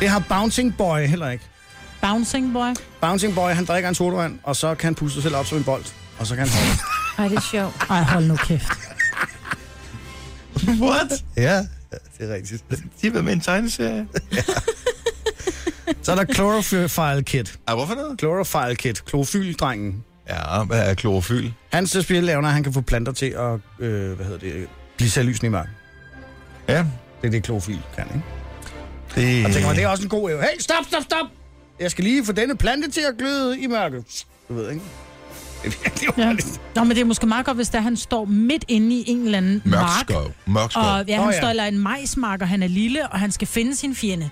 Speaker 3: Det har Bouncing Boy heller ikke.
Speaker 2: Bouncing boy.
Speaker 3: Bouncing Boy, han drikker en sodavand, og så kan han puste sig selv op som en bold. Og så kan han holde.
Speaker 5: Ej, det er sjovt.
Speaker 2: Ej, hold nu kæft.
Speaker 1: What? Ja,
Speaker 3: det er rigtigt.
Speaker 1: de har været med i en tegneserie.
Speaker 3: Så er der Chlorophyll Kid.
Speaker 1: Ej, hvorfor noget?
Speaker 3: Chlorophyll Kid. Klorofyldrengen.
Speaker 1: Ja, hvad er klorofyl?
Speaker 3: Hans spil er, at han kan få planter til at øh, hvad hedder det, blive selvlysende i mørken.
Speaker 1: Ja,
Speaker 3: Det er det, klorofyl kan, ikke?
Speaker 1: det...
Speaker 3: Og tænker
Speaker 1: Øh.
Speaker 3: man, det er også en god evne. Hey, stop, stop, stop! Jeg skal lige få denne plante til at gløde i mørket. Du ved, ikke? Det er virkelig
Speaker 2: Ja.
Speaker 3: underligt.
Speaker 2: Nå, men det er måske meget godt, hvis der han står midt inde i en eller anden
Speaker 1: Mørk
Speaker 2: mark.
Speaker 1: skov. Mørk skov.
Speaker 2: Og ja, han
Speaker 3: Nå,
Speaker 2: oh,
Speaker 3: ja.
Speaker 2: ja. står i en majsmark, og han er lille, og han skal finde sin fjende.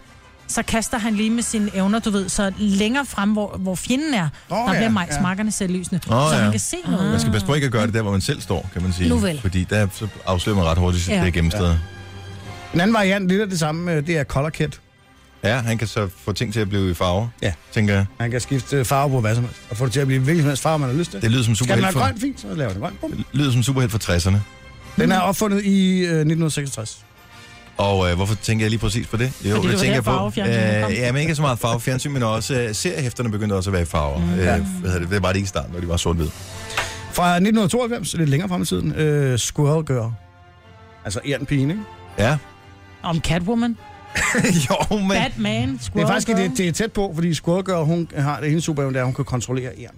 Speaker 2: Så kaster han lige med sine evner, du ved, så længere frem, hvor, hvor fjenden er,
Speaker 3: Nå,
Speaker 2: oh, der
Speaker 3: ja,
Speaker 2: ja,
Speaker 3: ja.
Speaker 2: bliver majsmarkerne selvlysende,
Speaker 1: Nå,
Speaker 2: oh, så
Speaker 1: ja.
Speaker 2: ja. han kan se noget.
Speaker 1: Man skal passe på ikke at gøre det der, hvor man selv står, kan man sige.
Speaker 2: Nu vel.
Speaker 1: Fordi der så afslører man ret hurtigt, at
Speaker 2: Ja.
Speaker 1: det er gennemstedet.
Speaker 3: En anden variant, lidt af det samme, øh, det er Color Kid.
Speaker 1: Ja, han kan så få ting til at blive i farve,
Speaker 3: Ja.
Speaker 1: tænker jeg.
Speaker 3: Man kan skifte øh, farve på hvad som helst, og få det til at blive hvilken som helst farve, man har lyst til.
Speaker 1: Det lyder som
Speaker 3: Skal den
Speaker 1: superhelt
Speaker 3: være
Speaker 1: for,
Speaker 3: grøn, fint, så laver den grøn. Bum.
Speaker 1: lyder som superhelt for 60'erne.
Speaker 3: Den er opfundet i øh, 1966.
Speaker 1: Og øh, hvorfor tænker jeg lige præcis på det? Jo,
Speaker 2: Fordi det var
Speaker 1: tænker
Speaker 2: der, farvefjernsynet kom.
Speaker 1: Øh, ja, men ikke så meget farvefjernsyn, men også øh, seriehæfterne begyndte også at være i farver. Mm, øh, hvad hedder det? det var det ikke i starten, hvor de var sort-hvid.
Speaker 3: Fra 1992, lidt længere frem i tiden, øh, Squirrel Girl. Altså Ernpigen, ikke?
Speaker 1: Ja.
Speaker 2: Om Catwoman,
Speaker 1: jo, men...
Speaker 2: Batman,
Speaker 3: Det
Speaker 2: Squirrel
Speaker 3: er faktisk det,
Speaker 2: Girl.
Speaker 3: det er tæt på, fordi Squirrel Girl, hun har det hendes superevne, der er, at hun kan kontrollere ern.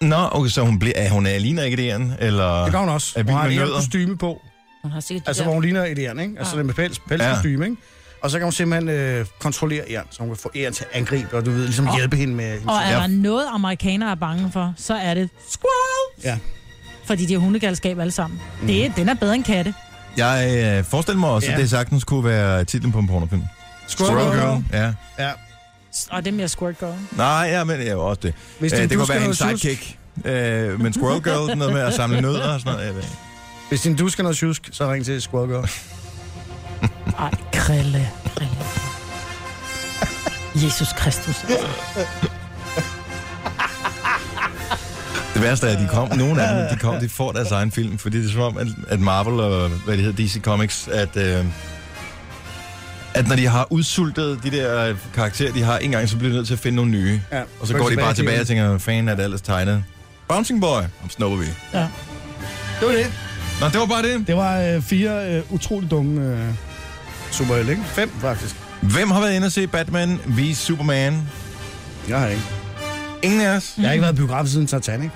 Speaker 1: Nå, okay, så hun, bliver, er hun er ligner ikke det, Jan? Eller...
Speaker 3: Det gør hun
Speaker 1: Er
Speaker 3: også.
Speaker 1: vild
Speaker 3: Hun har
Speaker 1: med
Speaker 3: et
Speaker 1: nødder.
Speaker 3: kostyme på,
Speaker 5: Hun har sikkert de
Speaker 3: Altså,
Speaker 5: der-
Speaker 3: hvor hun ligner et æren, ikke? Altså, den med pels, pelskostyme, ikke? Og så kan hun simpelthen øh, kontrollere æren, så hun kan få æren til at angribe, og du ved, ligesom hjælpe hende med...
Speaker 2: Og
Speaker 3: Hendes...
Speaker 2: er
Speaker 1: Ja.
Speaker 2: der noget, amerikanere er bange for, så er det squirrel.
Speaker 3: Ja.
Speaker 2: Fordi de har hundegalskab alle sammen. Mm. Det, den er bedre end katte.
Speaker 1: Jeg øh, forestiller mig også, ja.
Speaker 3: Ja.
Speaker 1: at det sagtens kunne være titlen på en pornofilm. Ja.
Speaker 3: Ja.
Speaker 2: Og det er mere squirt girl.
Speaker 1: Nej, ja, men ja, også det.
Speaker 3: Hvis
Speaker 1: Æ,
Speaker 3: din
Speaker 1: det kunne
Speaker 3: dusk er
Speaker 1: være en
Speaker 3: noget
Speaker 1: sidekick. Øh, men Squirrel Girl, noget med at samle nødder og sådan noget. Jeg ved ikke.
Speaker 3: Hvis din dusk er noget tjusk, så ring til Squirrel Girl.
Speaker 2: Ej, krille. krille. Jesus Kristus.
Speaker 1: Det værste er, at de kom, nogle af dem, de, kom, de får deres egen film, fordi det er som om, at, at Marvel og hvad det hedder, DC Comics, at, øh, at når de har udsultet de der øh, karakterer, de har en gang, så bliver de nødt til at finde nogle nye.
Speaker 3: Ja.
Speaker 1: Og så går de bare tilbage og tænker, fan er det ellers tegnet. Bouncing Boy, om snupper vi.
Speaker 3: Ja. Det var det.
Speaker 1: Nå, det var bare det.
Speaker 11: Det var øh, fire øh, utrolig dumme øh,
Speaker 3: superhelte, ikke? Fem, faktisk.
Speaker 1: Hvem har været inde og se Batman v Superman?
Speaker 3: Jeg har ikke.
Speaker 1: Ingen af os.
Speaker 3: Jeg har ikke været i biografen siden Titanic.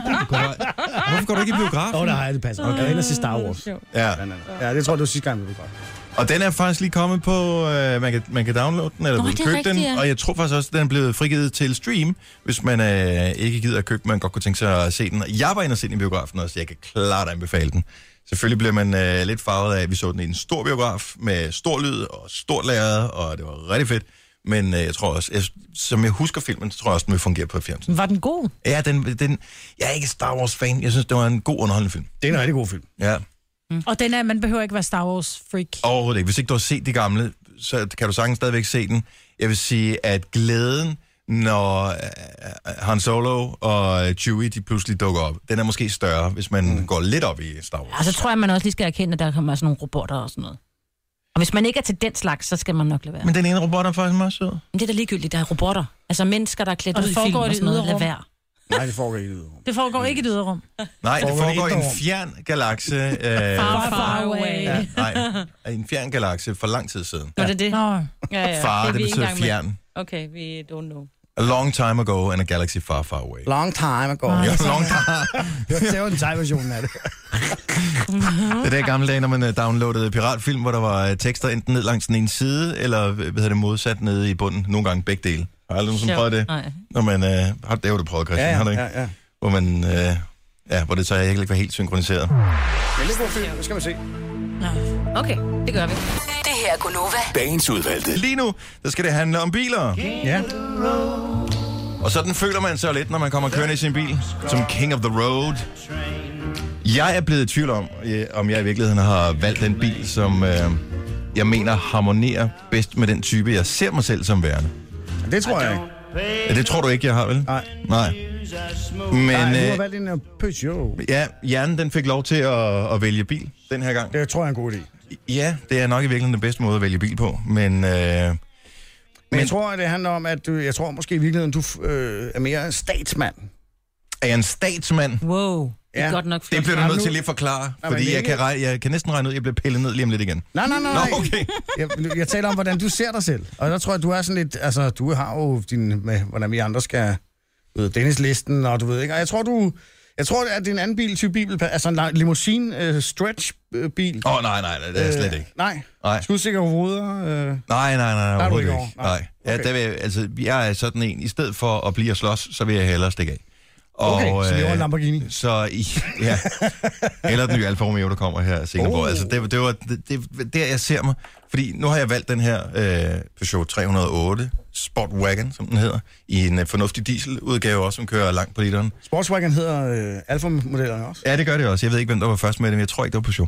Speaker 1: Hvorfor går du ikke i biografen?
Speaker 3: Nå, der har jeg det passer. Okay. Jeg var inde og se Star Wars.
Speaker 1: Ja.
Speaker 3: Ja, det tror jeg, det var sidste gang, vi var i biografen.
Speaker 1: Og den er faktisk lige kommet på, øh, man, kan, man kan downloade den, eller
Speaker 3: Nå,
Speaker 1: Nå,
Speaker 3: det er
Speaker 1: købe
Speaker 3: rigtigt,
Speaker 1: den,
Speaker 3: ja.
Speaker 1: og jeg tror faktisk også, at den er blevet frigivet til stream, hvis man øh, ikke gider at købe den, man godt kunne tænke sig at se den. Jeg var inde og se den i biografen også, så jeg kan klart anbefale den. Selvfølgelig bliver man øh, lidt farvet af, at vi så den i en stor biograf med stor lyd og stort lærred, og det var rigtig fedt. Men øh, jeg tror også, jeg, som jeg husker filmen, så tror jeg også, den vil fungere på fjernsyn.
Speaker 2: Var den god?
Speaker 1: Ja, den, den, jeg er ikke Star Wars-fan. Jeg synes, det var en god underholdende film.
Speaker 3: Det er en rigtig god film.
Speaker 1: Ja.
Speaker 2: Mm. Og den er, man behøver ikke være Star Wars-freak.
Speaker 1: Overhovedet ikke. Hvis ikke du har set de gamle, så kan du sagtens stadigvæk se den. Jeg vil sige, at glæden, når øh, Han Solo og øh, Chewie de pludselig dukker op, den er måske større, hvis man mm. går lidt op i Star Wars.
Speaker 5: Og så tror Altså, jeg, man også lige skal erkende, at der kommer sådan nogle robotter og sådan noget. Og hvis man ikke er til den slags, så skal man nok lade være.
Speaker 1: Men den ene robot er faktisk meget sød.
Speaker 5: Men det er da ligegyldigt, der er robotter. Altså mennesker, der er klædt
Speaker 2: Og
Speaker 5: ud
Speaker 2: det
Speaker 5: i film
Speaker 2: foregår i
Speaker 5: og
Speaker 2: det
Speaker 5: sådan noget.
Speaker 2: ydre
Speaker 5: Lad
Speaker 2: rum.
Speaker 5: være.
Speaker 3: Nej, det foregår ikke i det.
Speaker 2: Det foregår ikke i det ydre rum.
Speaker 1: Nej, det
Speaker 3: Foregår det
Speaker 1: foregår i en
Speaker 3: ikke
Speaker 1: fjern galakse. Øh,
Speaker 2: Far, far away.
Speaker 1: ja, nej, i en fjern galakse for lang tid siden.
Speaker 5: Var det det?
Speaker 2: Nå.
Speaker 5: Ja, ja.
Speaker 1: Far,
Speaker 5: er
Speaker 1: det
Speaker 5: vi ikke
Speaker 1: betyder
Speaker 5: engang med.
Speaker 1: fjern.
Speaker 5: Okay, we don't know.
Speaker 1: A long time ago and a galaxy far, far away.
Speaker 3: Long time ago.
Speaker 1: Ja, long time.
Speaker 3: Det var den thai-version af det.
Speaker 1: Det er der i gamle dage, når man øh, downloadede piratfilm, hvor der var øh, tekster enten ned langs den ene side, eller øh, hvad hedder det, modsat nede i bunden. Nogle gange begge dele. Har aldrig nogensinde
Speaker 5: Sjovt.
Speaker 1: prøvet det?
Speaker 5: Nej.
Speaker 1: Når man, øh, har, det har du prøvet, Christian,
Speaker 3: Ja, ja,
Speaker 1: har du ikke?
Speaker 3: ja, ja.
Speaker 1: Hvor, man, øh, ja, hvor det så ikke var helt synkroniseret.
Speaker 3: Men det er en god film, det skal man se.
Speaker 5: Okay, det gør vi.
Speaker 8: Det her er Gunova.
Speaker 1: Dagens udvalgte. Lige nu, der skal det handle om biler.
Speaker 3: Ja.
Speaker 1: Og sådan føler man sig lidt, når man kommer kørende i sin bil, som king of the road. Jeg er blevet i tvivl om, øh, om jeg i virkeligheden har valgt den bil, som øh, jeg mener harmonerer bedst med den type, jeg ser mig selv som værende.
Speaker 3: Det tror jeg ikke.
Speaker 1: Ja, det tror du ikke, jeg har, vel?
Speaker 3: Nej.
Speaker 1: Nej. Men
Speaker 3: Nej, du har
Speaker 1: øh,
Speaker 3: valgt en øh, Peugeot.
Speaker 1: ja, hjernen den fik lov til at, at vælge bil den her gang.
Speaker 3: Det tror jeg er en god idé.
Speaker 1: Ja, det er nok i virkeligheden den bedste måde at vælge bil på, men... Øh,
Speaker 3: Men jeg tror, at det handler om, at du, jeg tror måske i virkeligheden, du øh, er mere en statsmand.
Speaker 1: Er jeg en statsmand?
Speaker 5: Wow,
Speaker 3: det er Ja. godt nok flot.
Speaker 1: Det bliver du
Speaker 3: Jamen
Speaker 1: nødt
Speaker 3: nu-
Speaker 1: til lige at forklare,
Speaker 3: men
Speaker 1: fordi jeg
Speaker 3: ikke-
Speaker 1: kan, regne, jeg kan næsten regne ud, at jeg bliver pillet ned lige om lidt igen.
Speaker 3: Nej, nej, nej.
Speaker 1: Nå,
Speaker 3: nej.
Speaker 1: okay.
Speaker 3: jeg, jeg taler om, hvordan du ser dig selv. Og der tror jeg, du er sådan lidt... Altså, du har jo din... Med, hvordan vi andre skal... Du ved, Dennis-listen, og du ved ikke... Og jeg tror, du... Jeg tror, at din anden bil, type bil, altså en lang- øh, limousine-stretch-bil.
Speaker 1: Åh, oh, nej, nej, nej, det er jeg slet ikke.
Speaker 3: Øh, Nej.
Speaker 1: Nej.
Speaker 3: Skudsikker ruder. Øh,
Speaker 1: Nej, nej, nej, nej,
Speaker 3: er du
Speaker 1: overhovedet
Speaker 3: ikke
Speaker 1: ikke.
Speaker 3: over. Nej,
Speaker 1: Nej. Ja, der vil, jeg- altså, jeg er sådan en, i stedet for at blive og slås, så vil jeg hellere stikke af. Og,
Speaker 3: Okay, så vi over en
Speaker 1: øh,
Speaker 3: Lamborghini.
Speaker 1: Så, i, ja. Eller den nye Alfa Romeo, der kommer her senere på.
Speaker 3: Oh.
Speaker 1: året. Altså, det, det var det, det, der, jeg ser mig. Fordi nu har jeg valgt den her øh, Peugeot 308 Sportwagon, som den hedder, i en øh, fornuftig dieseludgave også, som kører langt på literen.
Speaker 3: Sportswagen hedder øh, Alfa-modellerne også.
Speaker 1: Ja, det gør det også. Jeg ved ikke, hvem der var først med det, men jeg tror ikke, det var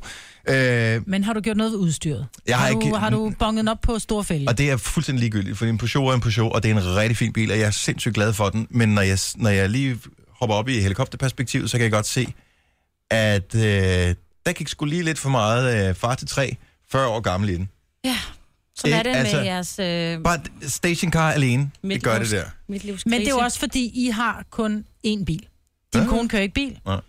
Speaker 1: Peugeot. Øh,
Speaker 2: Men har du gjort noget ved udstyret?
Speaker 1: Jeg har
Speaker 2: har, du,
Speaker 1: ikke-
Speaker 2: har du bonget den op på storfælge?
Speaker 1: Og det er fuldstændig ligegyldigt, for en Peugeot er en Peugeot, og det er en rigtig fin bil, og jeg er sindssygt glad for den. Men når jeg, når jeg lige hopper op i helikopterperspektivet, så kan jeg godt se, at øh, der gik sgu lige lidt for meget øh, far til tre, 40 år gammel i den.
Speaker 5: Ja, sådan
Speaker 1: Ikke?
Speaker 5: er det
Speaker 1: Altså,
Speaker 5: med jeres... Øh,
Speaker 1: Bare d- stationcar alene, det gør det
Speaker 5: midtlivs-
Speaker 1: der.
Speaker 5: midtlivskrise.
Speaker 2: Men det er jo også, fordi I har kun én bil. Din
Speaker 1: Ja.
Speaker 2: ja. kone kører ikke bil.
Speaker 1: Nej.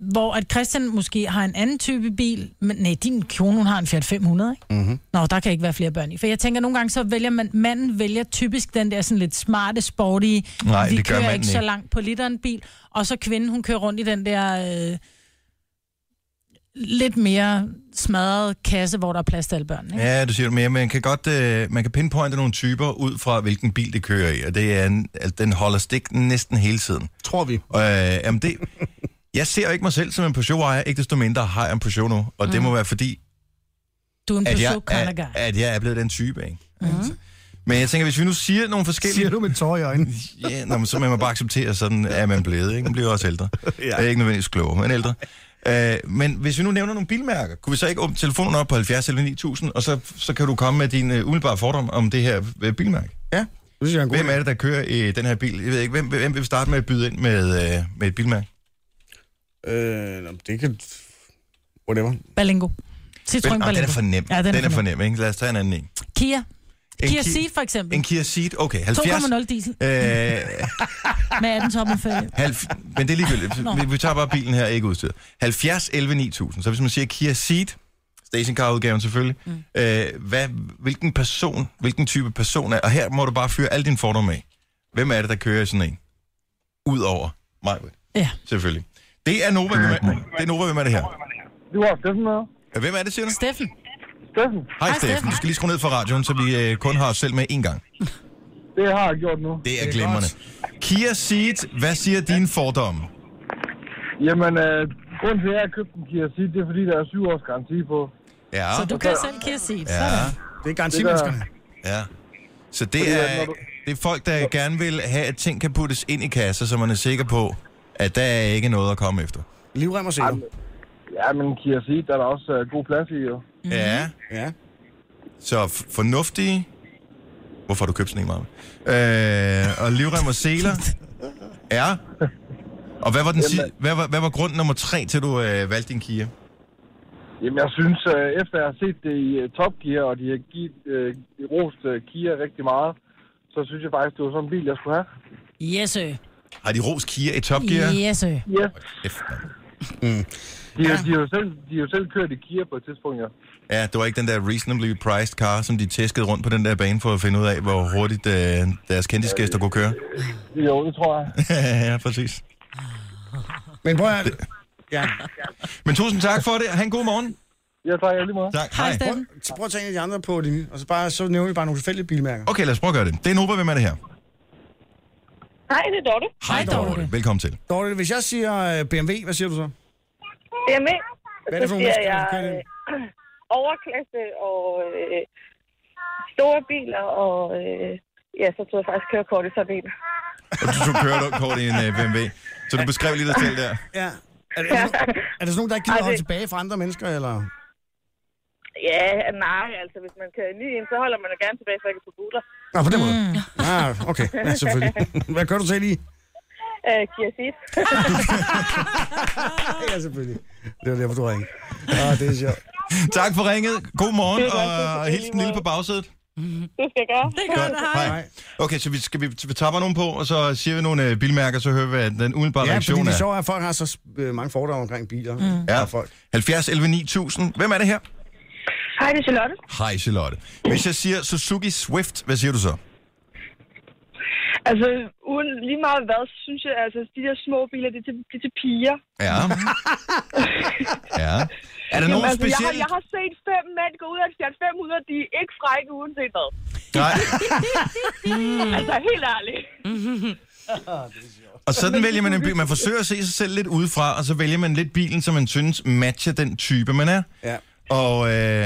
Speaker 2: Hvor at Christian måske har en anden type bil, men nej, din kone hun har en Fiat 500, ikke?
Speaker 1: Mhm.
Speaker 3: Mm-hmm.
Speaker 2: Nå, der kan ikke være flere børn i. For jeg tænker, nogle gange så vælger man, manden vælger typisk den der sådan lidt smarte, sportige,
Speaker 1: Nej,
Speaker 2: vi
Speaker 1: det gør
Speaker 2: kører
Speaker 1: manden
Speaker 2: ikke så
Speaker 1: ikke.
Speaker 2: langt på literen bil, og så kvinden, hun kører rundt i den der øh, lidt mere smadret kasse, hvor der er plads til alle børn, ikke?
Speaker 1: Ja, du siger det mere, men man kan godt øh, man kan pinpointe nogle typer ud fra, hvilken bil det kører i, og det er en, altså, den holder stik næsten hele tiden.
Speaker 3: Tror vi.
Speaker 1: Og, øh, jamen det, jeg ser jo ikke mig selv som en Peugeot-ejer, ikke desto mindre har jeg en Peugeot nu, og mm. det må være fordi,
Speaker 2: Du er en
Speaker 1: at jeg,
Speaker 2: Peugeot kind of
Speaker 1: at,
Speaker 2: guy.
Speaker 1: at jeg er blevet den type, ikke? Altså. Men jeg tænker, hvis vi nu siger nogle
Speaker 3: Mm-hmm. Siger
Speaker 1: forskellige...
Speaker 3: du med tårer i øjnene?
Speaker 1: Ja, nå, men så må man bare acceptere, sådan er man blevet, ikke? Man bliver også ældre.
Speaker 3: Ja.
Speaker 1: ja. Ikke nødvendigvis klogere, men ældre. Øh, men hvis vi nu nævner nogle bilmærker, kunne vi så ikke åbne telefonen op på 70 eller 9000, og så, så kan du komme med din uh, umiddelbare fordom om det her øh, bilmærke?
Speaker 3: Ja. Det synes jeg er en god
Speaker 1: Hvem er det, der kører i den her bil? Jeg ved ikke, hvem, hvem vil starte med at byde ind med, øh, med et bilmærke?
Speaker 3: Øh, nå, det kan... Whatever.
Speaker 2: Balingo. Citroen
Speaker 1: Vel, ah,
Speaker 2: Balingo.
Speaker 1: den er for nem.
Speaker 2: Ja, den,
Speaker 1: den er for
Speaker 2: nem.
Speaker 1: nem, ikke? Lad os tage en anden en.
Speaker 2: Kia.
Speaker 1: En
Speaker 2: Kia
Speaker 1: Ki-
Speaker 2: Ceed for eksempel.
Speaker 1: En Kia Ceed, okay. 70.
Speaker 2: 2,0 diesel.
Speaker 1: Øh,
Speaker 2: Med 18 tommer fælge.
Speaker 1: halv, men det er ligegyldigt.
Speaker 2: Nå.
Speaker 1: Vi, vi tager bare bilen her, ikke udstyret. 70, 11, 9000. Så hvis man siger Kia Ceed, stationcar-udgaven selvfølgelig, mm. øh, hvad, hvilken person, hvilken type person er, og her må du bare fyre alle dine fordomme af. Hvem er det, der kører i sådan en? Udover mig,
Speaker 2: Ja.
Speaker 1: selvfølgelig. Det er Nova, hvem er, det er Nova, hvem er det her?
Speaker 12: Det var Steffen med.
Speaker 1: Ja, Hvem er det, siger du?
Speaker 2: Steffen.
Speaker 12: Steffen.
Speaker 1: Hej, Steffen. Du skal lige skrue ned for radioen, så vi øh, kun har os selv med én gang.
Speaker 12: Det har jeg gjort nu.
Speaker 1: Det er glimrende. Kia Ceed, hvad siger dine fordomme?
Speaker 12: Jamen, øh, grunden til, at jeg købte en Kia Ceed, det er, fordi der er syv års garanti på.
Speaker 1: Ja.
Speaker 2: Så du kører selv Kia Ceed. Sådan.
Speaker 3: Det er
Speaker 12: garantimenneskerne.
Speaker 1: Ja. Så
Speaker 12: Fordi
Speaker 1: det
Speaker 12: at
Speaker 1: er,
Speaker 12: når du-
Speaker 1: det er folk, der gerne vil have, at ting kan puttes ind i kasser, så man er sikker på, at der er ikke noget at komme efter.
Speaker 3: Livrem og sele.
Speaker 12: Ja, men en Kia Ceed, der er der også øh, god plads i, jo.
Speaker 1: Ja.
Speaker 3: Ja.
Speaker 1: Så f- fornuftige... Hvorfor har du købt sådan en, meget? Øh, og livrem og seler. Ja. Og hvad var, den si- hvad, var, hvad var grund nummer tre til, du øh, valgte din Kia?
Speaker 12: Jamen, jeg synes, øh, efter jeg har set det i øh, Top Gear, og de har givet øh, rost øh, Kia rigtig meget, så synes jeg faktisk, det var sådan en bil, jeg skulle have.
Speaker 2: Yes, sir.
Speaker 1: Har de ros Kia i Top Gear?
Speaker 2: Yes, sir.
Speaker 12: Yes.
Speaker 1: Kæft, mand.
Speaker 12: De, ja. de, har jo selv, de har jo selv kørt i Kia på et tidspunkt, ja.
Speaker 1: Ja, det var ikke den der reasonably priced car, som de tæskede rundt på den der bane for at finde ud af, hvor hurtigt øh, deres kendtisgæster kunne køre.
Speaker 12: Øh, Jo, det tror jeg.
Speaker 1: ja, præcis.
Speaker 3: Men hvor er det? Ja.
Speaker 1: Men tusind tak for det. Ha' en god morgen.
Speaker 12: Jeg tager lige meget.
Speaker 1: Tak. Hej.
Speaker 3: Prøv, prøv at tage en af de andre på din, og så, bare, så nævner vi bare nogle tilfældige bilmærker.
Speaker 1: Okay, lad os prøve at gøre det. Det er Nova, hvem er det her?
Speaker 13: Hej, det er Dorte.
Speaker 1: Hej, Dorte. Velkommen til.
Speaker 3: Dorte, hvis jeg siger øh, BMW, hvad siger du så?
Speaker 13: BMW.
Speaker 3: Hvad er det for
Speaker 13: Så
Speaker 3: en
Speaker 13: siger
Speaker 3: udstyr,
Speaker 13: jeg
Speaker 3: du kører i den?
Speaker 13: øh, overklasse og øh, store biler, og øh, ja, så tog jeg faktisk kørekort i sådan en.
Speaker 1: Og du, du kører du kort i en øh, BMW. Så du beskrev lige dig selv der.
Speaker 3: Ja. Er det, er det, sådan- er det sådan nogen, der ikke gider
Speaker 13: Ej,
Speaker 3: at holde
Speaker 13: det-
Speaker 3: tilbage fra andre mennesker, eller?
Speaker 13: Ja, nej, altså hvis man kører ny ind, så holder man jo gerne tilbage, så jeg kan få buler.
Speaker 3: Nå, på den måde. Mm. Ah, okay. Ja, selvfølgelig. Hvad gør du selv i?
Speaker 13: Øh, Kia Ceed.
Speaker 3: ja, selvfølgelig. Det var derfor, du ringede. Ah, det er sjovt.
Speaker 1: Tak for ringet. God morgen,
Speaker 3: Det er godt, det er
Speaker 1: og
Speaker 3: lige
Speaker 1: hils den lille på bagsædet.
Speaker 13: Det skal jeg gøre. Det
Speaker 1: Godt. Hej. Okay, så vi, skal vi, vi tapper nogen på, og så siger vi nogle øh, bilmærker, så hører vi, hvad den umiddelbare
Speaker 3: Ja, fordi
Speaker 1: reaktion
Speaker 3: det
Speaker 1: er.
Speaker 3: sjove er, at folk har så øh, mange fordomme omkring biler.
Speaker 1: Mm. Ja. 70 11 9000. Hvem er det her?
Speaker 13: Hej, det er Charlotte.
Speaker 1: Hej, Charlotte. Hvis jeg siger Suzuki Swift, hvad siger du så?
Speaker 14: Altså, uden, lige meget hvad, synes jeg, altså, de der små biler, det er til, det er til piger.
Speaker 1: Ja. ja. Er
Speaker 14: Jamen,
Speaker 1: der nogen
Speaker 14: altså, jeg, har,
Speaker 1: speciel?
Speaker 14: jeg har set fem mænd gå ud af et Fiat 500, de er ikke frække uanset hvad.
Speaker 1: Nej.
Speaker 3: Mm.
Speaker 14: altså, helt ærligt.
Speaker 1: Og sådan vælger man en bil. Man forsøger at se sig selv lidt udefra, og så vælger man lidt bilen, som man synes matcher den type, man er.
Speaker 3: Ja.
Speaker 1: Og, øh,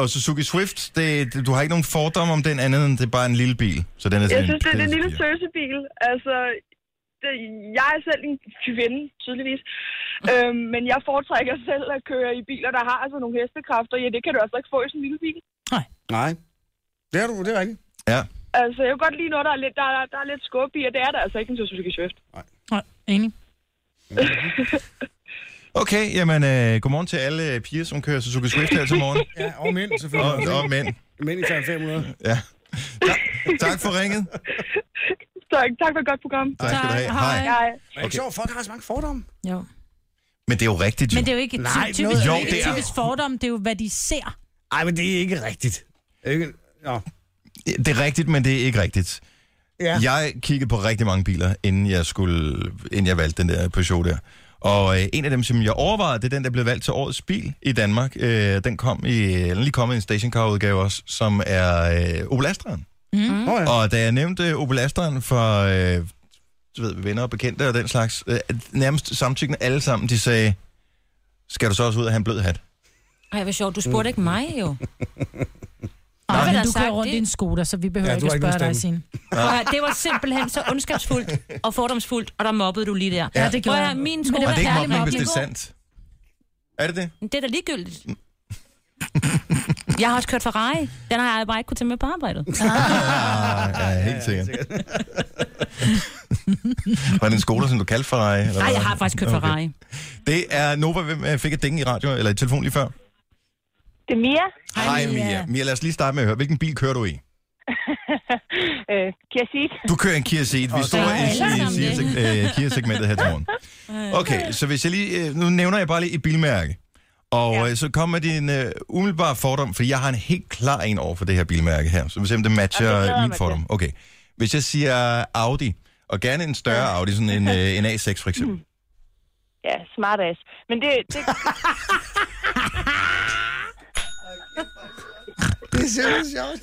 Speaker 1: og Suzuki Swift, det, det, du har ikke nogen fordomme om den anden, end det er bare en lille bil. Så den er sådan
Speaker 14: Jeg synes,
Speaker 1: en,
Speaker 14: det er den lille
Speaker 1: pæn-
Speaker 14: tøsebil. Altså, det, jeg er selv en kvinde, tydeligvis. Øhm, men jeg foretrækker selv at køre i biler, der har altså nogle hestekræfter. Ja, det kan du altså ikke få i sådan en lille bil.
Speaker 3: Nej. Det er du, det er rigtigt.
Speaker 1: Ja.
Speaker 14: Altså, jeg kan godt lide noget, der er lidt, der, der, der er lidt skub i, og det er der altså ikke en Suzuki Swift.
Speaker 2: Nej, enig.
Speaker 1: Okay, jamen øh, godmorgen til alle øh, piger, som kører Suzuki Swift her til morgen.
Speaker 3: Ja, og mænd selvfølgelig.
Speaker 1: Og, og mænd.
Speaker 3: Mænd i Fiat 500.
Speaker 1: Ja. Tak for ringet.
Speaker 14: Tak, tak for et godt program.
Speaker 1: Tak skal du have. Hej.
Speaker 14: Hej.
Speaker 3: Men det er sjovt, folk har så mange fordomme.
Speaker 2: Jo.
Speaker 1: Men det er jo rigtigt, jo.
Speaker 2: Men det er jo ikke et
Speaker 3: Nej,
Speaker 2: ty- typisk,
Speaker 3: noget-
Speaker 2: jo,
Speaker 3: Jo,
Speaker 2: det er
Speaker 3: det
Speaker 2: ikke
Speaker 3: er-
Speaker 2: typisk fordom, det er jo, hvad de ser.
Speaker 3: Nej, men det er ikke rigtigt. Ikke? Nå.
Speaker 1: Det er rigtigt, men det er ikke rigtigt.
Speaker 3: Ja.
Speaker 1: Jeg kiggede på rigtig mange biler, inden jeg, skulle, inden jeg valgte den der Peugeot der. Og øh, en af dem, som jeg overvejede, det er den, der blev valgt til årets bil i Danmark. Øh, den kom i, den er lige kommet i en stationcar-udgave også, som er øh, Opel Astra'en.
Speaker 3: Mm. Oh, ja.
Speaker 1: Og da jeg nævnte øh, Opel Astra'en for øh, du ved, venner og bekendte og den slags, øh, nærmest samtykkende alle sammen, de sagde, skal du så også ud og have en blød hat?
Speaker 5: Ej, hvor sjovt. Du spurgte ikke mig, jo.
Speaker 2: Og
Speaker 5: Hvem har
Speaker 2: du kører
Speaker 5: sagt
Speaker 2: rundt
Speaker 5: det?
Speaker 2: i en Skoda, så vi behøver
Speaker 5: Ja,
Speaker 2: ja,
Speaker 5: du
Speaker 2: ikke
Speaker 5: har
Speaker 2: at
Speaker 5: ikke
Speaker 2: spørge dig,
Speaker 5: nogen
Speaker 2: Signe.
Speaker 5: Prøv at høre, det var simpelthen så ondskabsfuldt og fordomsfuldt, og der mobbede du lige der.
Speaker 2: Ja, det gjorde
Speaker 5: Prøv at høre,
Speaker 2: jeg.
Speaker 5: Min
Speaker 2: Men
Speaker 5: skole
Speaker 2: det var
Speaker 1: Og det er ikke
Speaker 2: kærlig
Speaker 1: mobning, hvis det
Speaker 5: mobbning.
Speaker 1: er sandt. Er det det?
Speaker 5: Men det er da ligegyldigt. Jeg har også kørt Ferrari. Den har jeg bare ikke kunne tage med på arbejdet.
Speaker 1: Ah, ja, helt sikkert. Var det en skole, som du kaldte Ferrari? eller
Speaker 5: Nej,
Speaker 1: hvad?
Speaker 5: jeg har faktisk kørt Ferrari.
Speaker 1: Det er Nova, hvem øh, fik et ding i radio eller i telefon lige før?
Speaker 6: Det er Mia.
Speaker 1: Hej, Mia. Mia, lad os lige starte med at høre, hvilken bil kører du i?
Speaker 6: øh, kan jeg sige det?
Speaker 1: Du kører en Kia Ceed. Vi
Speaker 6: Og så
Speaker 1: står
Speaker 6: er
Speaker 1: i,
Speaker 6: alle sammen
Speaker 1: i, i
Speaker 6: det.
Speaker 1: Sia- øh, Kia-segmentet her til morgen. Okay, så hvis jeg lige... øh, Nu nævner jeg bare lige et bilmærke. Og ja. så kom med din øh, umiddelbare fordom, for jeg har en helt klar en over for det her bilmærke her. Så vi ser, om det matcher
Speaker 15: Okay, glæder
Speaker 1: okay,
Speaker 15: jeg
Speaker 1: min
Speaker 15: mig
Speaker 1: fordom. Okay. Hvis jeg siger Audi, og gerne en større Audi, sådan en, øh, en A6 for eksempel.
Speaker 6: Mm. Ja, smart ass. Men det... det...
Speaker 3: det er simpelthen sjovt.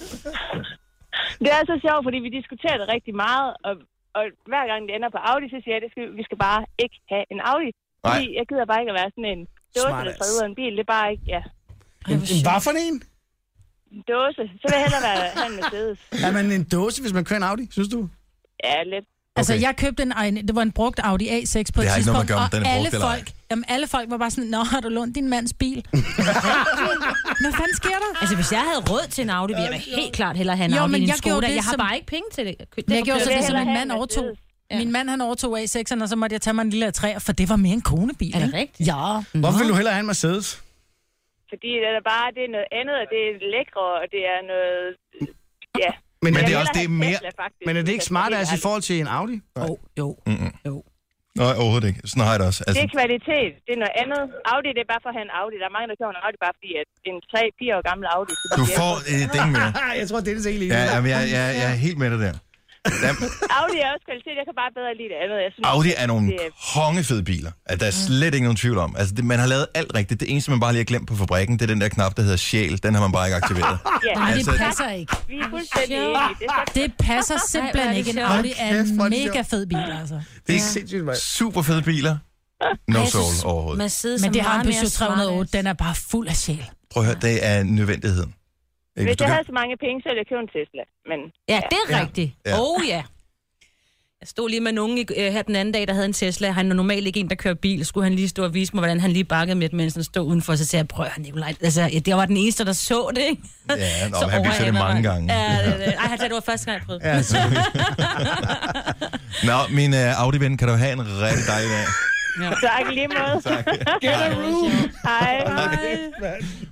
Speaker 6: Det er så sjovt, fordi vi diskuterer det rigtig meget, og, og hver gang det ender på Audi, så siger jeg, at vi skal bare ikke have en Audi. Fordi jeg gider bare ikke at være sådan en dåse,
Speaker 3: Smart
Speaker 6: der
Speaker 3: ass.
Speaker 6: træder en bil. Det er bare ikke, ja,
Speaker 3: En, en, hvad for en?
Speaker 6: en dåse. Så vil jeg hellere være han med sædes.
Speaker 3: Er man en dåse, hvis man kører en Audi, synes du?
Speaker 6: Ja, lidt.
Speaker 2: Altså, jeg købte en, en, det var en brugt Audi A6 på et tidspunkt,
Speaker 3: har ikke noget med at gøre, om
Speaker 2: og
Speaker 3: den er brugt
Speaker 2: alle
Speaker 3: eller ej.
Speaker 2: folk, jamen, alle folk var bare sådan, Nå, har du lånt din mands bil? Hvad fanden sker der?
Speaker 5: Altså, hvis jeg havde råd til en Audi, ville jeg da helt klart hellere have en
Speaker 2: Jo,
Speaker 5: Audi
Speaker 2: men
Speaker 5: end en
Speaker 2: jeg gjorde
Speaker 5: Skoda.
Speaker 2: det
Speaker 5: Jeg har
Speaker 2: som-
Speaker 5: bare ikke penge til det.
Speaker 2: Men jeg gjorde så det, som min mand
Speaker 5: over
Speaker 2: overtog. Min mand, han overtog A6'eren, og så måtte jeg tage mig en lille A3, for det var mere en konebil. Er det rigtigt? Ja.
Speaker 5: Mm.
Speaker 3: Hvorfor vil du hellere have en Mercedes?
Speaker 6: Fordi det er bare det er noget andet, og det er lækre, og det er noget... Ja.
Speaker 3: Men,
Speaker 6: Jeg
Speaker 3: men,
Speaker 6: vil
Speaker 3: det er
Speaker 6: hellere
Speaker 3: også det er
Speaker 6: have
Speaker 3: mere,
Speaker 6: Tesla, faktisk,
Speaker 3: men er det
Speaker 6: hvis jeg
Speaker 3: ikke
Speaker 6: skal
Speaker 3: smart
Speaker 6: være helt
Speaker 3: altså i forhold til en Audi?
Speaker 5: Oh, jo.
Speaker 1: Mm-mm.
Speaker 5: jo.
Speaker 1: Nej, overhovedet ikke. Sådan har jeg det også.
Speaker 6: Altså... Det er kvalitet. Det er noget andet. Audi, det er bare for at have en Audi. Der er mange, der køber en Audi, bare fordi at en 3-4 år gammel Audi. så
Speaker 1: Du
Speaker 6: det er-
Speaker 1: får øh, et ding mere.
Speaker 3: jeg tror, det er det egentlig.
Speaker 1: Ja, jamen, jeg, jeg, jeg er helt med dig der.
Speaker 6: Audi er også kvalitet. Jeg kan bare bedre lide det andet. Jeg synes,
Speaker 1: Audi er nogle
Speaker 6: det er-
Speaker 1: kongefede biler. Altså, der er
Speaker 5: Mm.
Speaker 1: slet ikke nogen tvivl om. Altså, det, man har lavet alt rigtigt. Det eneste, man bare lige har glemt på fabrikken, det er den der knap, der hedder sjæl. Den har man bare ikke aktiveret.
Speaker 2: Ja. Nej, det
Speaker 1: Altså-
Speaker 2: passer ikke.
Speaker 6: Vi er fuldstændig enige. Det, er
Speaker 2: Det passer simpelthen ikke. En Audi er en mega fed bil, altså.
Speaker 1: Det er sindssygt, Super fede biler. No soul overhovedet.
Speaker 5: Mercedes
Speaker 2: Men det
Speaker 5: er
Speaker 2: har en
Speaker 5: meget mere
Speaker 2: Peugeot 308, den er bare fuld af sjæl.
Speaker 1: Prøv at høre, det er nødvendigheden. Ikke? Hvis
Speaker 6: Hvis
Speaker 1: du
Speaker 6: jeg
Speaker 1: kan...
Speaker 6: havde så mange penge, så ville jeg købe en Tesla. Men,
Speaker 5: Ja, det er
Speaker 1: Ja.
Speaker 5: rigtigt.
Speaker 1: Ja.
Speaker 5: Oh ja. Jeg stod lige med nogen i- øh, her den anden dag, der havde en Tesla. Han er normalt ikke en, der kører bil. Skulle han lige stå og vise mig, hvordan han lige bakkede med, det, mens han stod udenfor. Så sagde jeg, prøv at høre, Nikolaj. Altså, ja, det var den eneste, der så det, ikke?
Speaker 1: Ja, nå,
Speaker 5: Så
Speaker 1: men han viser det
Speaker 5: overhalede
Speaker 1: mange
Speaker 5: mig.
Speaker 1: gange.
Speaker 5: Ja, det, det. Ej, han sagde, det var første gang, jeg prøvede.
Speaker 1: Ja, selvfølgelig. Nå, min uh, Audi-ven, kan du have en rigtig dejlig dag.
Speaker 6: ja. Tak i lige måde.
Speaker 1: Tak.
Speaker 6: Get a room. Hej.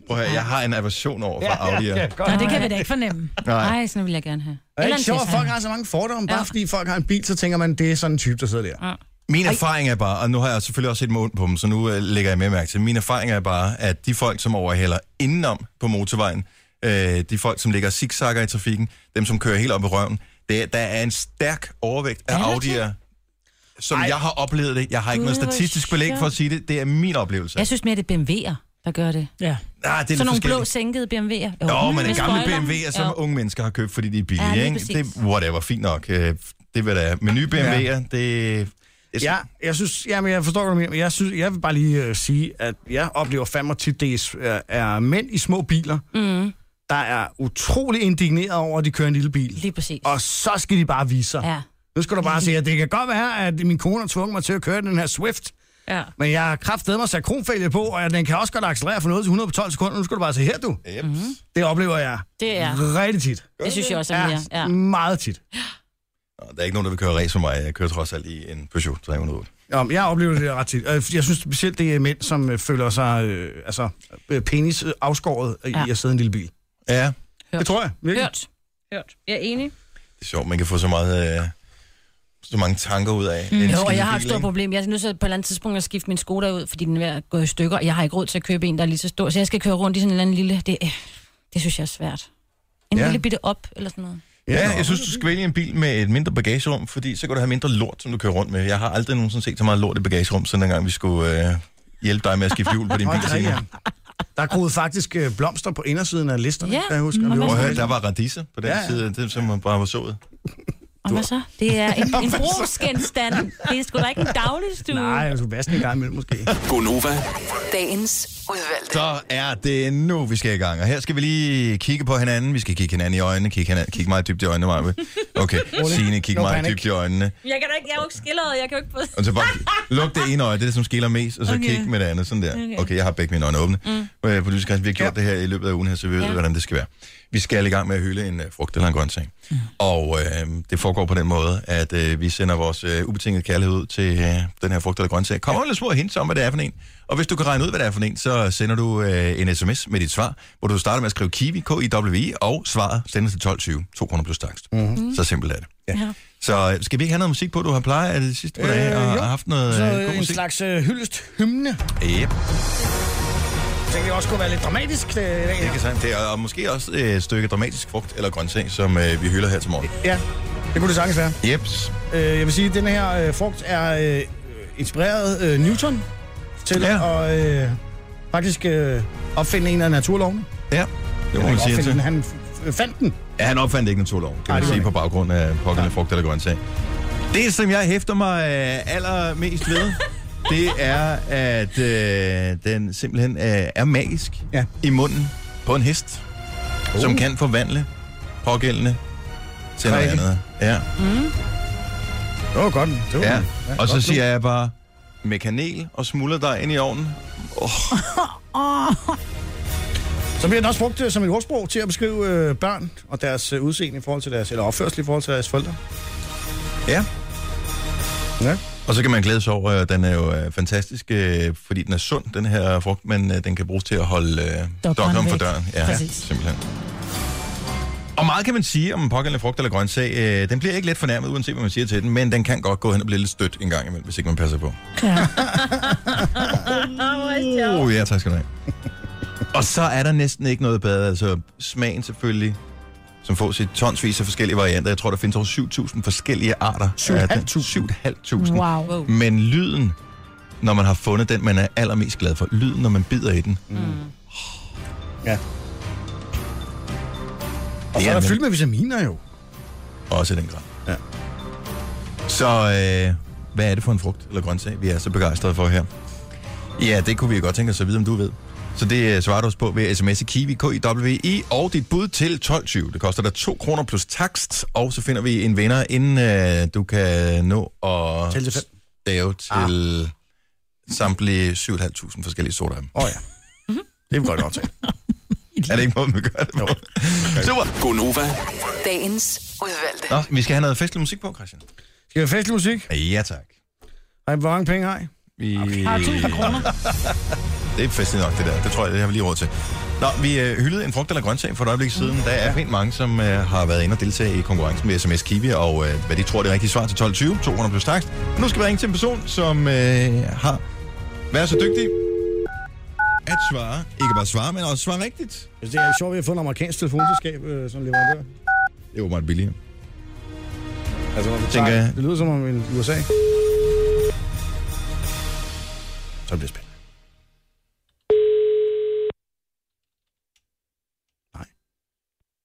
Speaker 1: Prøv at høre, jeg har en aversion over for Audi'er.
Speaker 2: Nå, det kan vi da ikke fornemme.
Speaker 1: Nej.
Speaker 5: Nej, sådan vil jeg gerne have.
Speaker 3: Er det
Speaker 5: Eller en
Speaker 3: ikke sjovt, at
Speaker 5: Tesla.
Speaker 3: folk har så mange fordomme? Bare fordi folk har en bil, så tænker man, det er sådan en type, der sidder der.
Speaker 1: Min erfaring er bare, og nu har jeg selvfølgelig også set mig ondt på dem, så nu øh, lægger jeg mere mærke til, min erfaring er bare, at de folk, som overhælder indenom på motorvejen, øh, de folk, som ligger zigzagger i trafikken, dem, som kører helt op i røven, det, er- der er en stærk overvægt af Audi'er, som Ej. jeg har oplevet det. Jeg har ikke
Speaker 5: Gud,
Speaker 1: noget
Speaker 5: hvor
Speaker 1: statistisk belæg for at sige det. Det er min oplevelse.
Speaker 5: Jeg synes mere, det er BMW'er, der gør det.
Speaker 2: Ja.
Speaker 1: Ah, det er
Speaker 5: Sådan nogle
Speaker 1: lidt
Speaker 5: blå
Speaker 1: forskelligt.
Speaker 5: sænkede BMW'er.
Speaker 1: Jo, men
Speaker 5: med
Speaker 1: en gamle
Speaker 5: spoiler.
Speaker 1: BMW'er, som
Speaker 5: Jo.
Speaker 1: unge mennesker har købt, fordi de er billige,
Speaker 5: Ja, lige
Speaker 1: ikke?
Speaker 5: præcis.
Speaker 1: Det whatever, fint nok. Øh, Det vil da Men nye BMW'er, ja. det... det er
Speaker 3: Ja, jeg synes, jamen, jeg forstår, hvad du mener, men jeg, synes, jeg vil bare lige øh, sige, at jeg oplever fandme tit, det er, er- er mænd i små biler,
Speaker 5: Mm.
Speaker 3: der er utrolig indigneret over, at de kører en lille bil.
Speaker 5: Lige præcis.
Speaker 3: Og så skal de bare vise sig.
Speaker 5: Ja.
Speaker 3: Nu skal du bare sige, at det kan godt være, at min kone har tvunget mig til at køre den her Swift,
Speaker 5: Ja.
Speaker 3: men jeg har kraftedeme mig sat kronfælge på, og den kan også godt accelerere fra noget til 100 på 12 sekunder. Nu skal du bare sige, her du.
Speaker 1: Yep.
Speaker 5: Mhm.
Speaker 1: Mm-hmm.
Speaker 3: Det oplever jeg
Speaker 5: Det er-
Speaker 3: rigtig tit.
Speaker 5: Det synes jeg også er mere, ja.
Speaker 3: Meget tit.
Speaker 1: Nå, Der er ikke nogen, der vil køre race for mig. Jeg kører trods alt i en Peugeot 308.
Speaker 3: Jamen, jeg oplever det ret tit. Øh, Jeg synes specielt, det er mænd, som øh, føler sig øh, altså, øh, penis øh, afskåret ja. i at sidde i en lille bil.
Speaker 1: Ja.
Speaker 3: Hørt. Det tror jeg. Virkelig.
Speaker 5: Hørt. Hørt. Jeg er enig.
Speaker 1: Det er sjovt, man kan få så meget... Øh, så mange tanker ud af.
Speaker 5: Mm.
Speaker 1: en
Speaker 5: Jo,
Speaker 1: skide
Speaker 5: og jeg har et
Speaker 1: bil,
Speaker 5: stort
Speaker 1: ikke?
Speaker 5: problem. Jeg er nødt til på et eller andet tidspunkt at skifte min Skoda ud, fordi den er ved at gå i stykker, og jeg har ikke råd til at købe en, der er lige så stor. Så jeg skal køre rundt i sådan en eller anden lille... Det, øh, det synes jeg er svært. En
Speaker 1: Ja.
Speaker 5: ja. lille bitte op, eller sådan noget.
Speaker 1: Ja, jeg synes, du skal vælge en bil med et mindre bagagerum, fordi så kan du have mindre lort, som du kører rundt med. Jeg har aldrig nogensinde set så meget lort i bagagerum, siden dengang vi skulle øh, hjælpe dig med at skifte hjul på din
Speaker 3: Nå,
Speaker 1: bil.
Speaker 3: det er rigtigt, ja. Der er groet faktisk øh, blomster på indersiden af listerne,
Speaker 5: Ja,
Speaker 3: kan jeg huske. øh,
Speaker 5: og
Speaker 3: Og vi
Speaker 5: man-
Speaker 1: Og
Speaker 3: var-
Speaker 1: her, der var radiser på den ja,
Speaker 3: Ja, ja.
Speaker 1: ja. side, det, som bare var sået.
Speaker 5: Og hvad så? Det er en, en brugsgenstand. Det er sgu da ikke en dagligstue.
Speaker 3: altså, Nej, jeg skulle vaske den en gang imellem måske.
Speaker 1: Godnova.
Speaker 8: Dagens udvalg.
Speaker 1: Så er det nu, vi skal i gang. Og her skal vi lige kigge på hinanden. Vi skal kigge hinanden i øjnene. Kigge, hinanden. kigge meget dybt i øjnene, Maja. Okay, Signe, kig
Speaker 5: No
Speaker 1: meget
Speaker 5: panic.
Speaker 1: dybt i øjnene.
Speaker 5: Jeg kan da ikke, jeg er jo ikke skilleret, jeg kan jo ikke...
Speaker 1: Og så bare luk det ene øje, det er det, som skiller mest, og så
Speaker 5: Okay.
Speaker 1: okay. kig med det andet, sådan der.
Speaker 5: Okay.
Speaker 1: Okay, okay jeg har begge mine øjne åbne.
Speaker 5: Mm.
Speaker 1: Mm. Øh, politisk vi har gjort ja. det her i løbet af ugen her, så vi ved,
Speaker 5: Ja.
Speaker 1: ja. hvordan det skal være. Vi skal i gang med at hylde en øh, frugt eller en grøntsag. Mm. Og øh, det foregår på den måde, at øh, vi sender vores øh, ubetingede kærlighed ud til øh, den her frugt eller grøntsag. Kommer lidt små hints om, hvad det er for en. Og hvis du kan regne ud, hvad det er for en, så sender du øh, en sms med dit svar, hvor du starter med at skrive kiwi, K-I-W-I, og svaret sendes til 12.20. 2 kroner plus takst.
Speaker 9: Mhm.
Speaker 1: Mm. Så simpelt er det.
Speaker 3: Ja.
Speaker 1: Så øh, skal vi ikke have noget musik på? Du har plejet af det sidste par dage
Speaker 3: Øh,
Speaker 1: og
Speaker 3: jo.
Speaker 1: har haft noget
Speaker 3: Så
Speaker 1: øh,
Speaker 3: øh,
Speaker 1: god
Speaker 3: en
Speaker 1: musik.
Speaker 3: slags øh, hyldest hymne.
Speaker 1: Yep.
Speaker 3: Det kan også kunne være lidt dramatisk. øh, Det, det,
Speaker 1: Det kan sandt. Det er, og måske også øh, et stykke dramatisk frugt eller grøntsag, som øh, vi hylder her til morgen.
Speaker 3: Ja, det kunne det sagtens være.
Speaker 1: Jeps.
Speaker 3: Øh, jeg vil sige, at den her øh, frugt er øh, inspireret øh, Newton til ja. at øh, faktisk øh, opfinde en af naturlovene.
Speaker 1: Ja, det må man sige
Speaker 3: opfinde
Speaker 1: til.
Speaker 3: den. Han f- fandt den.
Speaker 1: Ja, han opfandt ikke naturloven, kan
Speaker 3: Nej,
Speaker 1: man
Speaker 3: det var
Speaker 1: sige,
Speaker 3: han
Speaker 1: på baggrund af pågældende frugt eller grøntsag. Det, som jeg hæfter mig øh, allermest ved, det er, at øh, den simpelthen øh, er magisk ja. i munden på en hest, uh. som kan forvandle pågældende til noget
Speaker 3: Drikke.
Speaker 1: andet. Ja.
Speaker 3: Mm. Det var godt. Det var
Speaker 1: Ja. Og så
Speaker 3: godt
Speaker 1: siger jeg bare, med kanel og smuldrer dig ind i ovnen. Oh.
Speaker 3: Så bliver den også brugt øh, som et ordsprog til at beskrive øh, børn og deres øh, udseende i forhold til deres, eller opførsel i forhold til deres forældre.
Speaker 1: Ja.
Speaker 3: Ja.
Speaker 1: Og så kan man glæde sig over, at den er jo øh, fantastisk, øh, fordi den er sund, den her frugt, men øh, den kan bruges til at holde øh,
Speaker 9: Dokkeren
Speaker 1: dokkeren for
Speaker 9: væk.
Speaker 1: døren. Ja,
Speaker 9: Præcis.
Speaker 1: simpelthen. Og meget kan man sige om en pågældende frugt eller grøntsag. Øh, den bliver ikke let fornærmet, uanset hvad man siger til den, men den kan godt gå hen og blive lidt stødt en gang imellem, hvis ikke man passer på.
Speaker 9: Åh,
Speaker 1: Oh, ja, tak skal du have. og så er der næsten ikke noget bedre. Altså, smagen selvfølgelig, som får sit tonsvis af forskellige varianter. Jeg tror, der findes over 7.000 forskellige arter. 7.500?
Speaker 9: Wow.
Speaker 1: Men lyden, når man har fundet den, man er allermest glad for. Lyden, når man bider i den. Mm.
Speaker 3: Ja. Og så er der fyldt med vitaminer jo.
Speaker 1: Også i den grad. Ja. Så øh, hvad er det for en frugt eller grøntsag, vi er så begejstrede for her? Ja, det kunne vi godt tænke os at vide, om du ved. Så det øh, svarer du os på ved sms'e Kiwi, KIWI, E og dit bud til 12.20. Det koster dig 2 kroner plus takst, og så finder vi en vinder, inden øh, du kan nå at
Speaker 3: Tælle til fem.
Speaker 1: stave til ah. samtlige 7.500 forskellige sorter af dem.
Speaker 3: Åh oh, ja. Det er godt aftale.
Speaker 1: er det ikke noget, vi gør det på? Super. Godnova.
Speaker 8: Dagens udvalgte.
Speaker 1: Nå, vi skal have noget festlig musik på, Christian.
Speaker 3: Skal vi have festlig musik?
Speaker 1: Ja, tak.
Speaker 3: Ej, hvor mange penge har I?
Speaker 1: Vi...
Speaker 3: Har 1000 kroner.
Speaker 1: det er festligt nok, det der. Det tror jeg, det har vi lige råd til. Nå, vi øh, hyldede en frugt eller grøntsag for et øjeblik siden. Der er pænt mange, som øh, har været inde og deltage i konkurrencen med sms Kiwi, og øh, hvad de tror, det er rigtige svar til 12.20, 200 plus takst. Og nu skal vi ringe til en person, som øh, har været så dygtig at svare. Ikke bare svare, men også svare rigtigt.
Speaker 3: Hvis Altså, det er sjovt, at vi har fået en amerikansk telefonselskab, øh, sådan en leverandør.
Speaker 1: Det er åbenbart billigere.
Speaker 3: Altså, når du
Speaker 1: Tænker
Speaker 3: tager,
Speaker 1: jeg.
Speaker 3: det lyder som om en USA. Så bliver det spændende.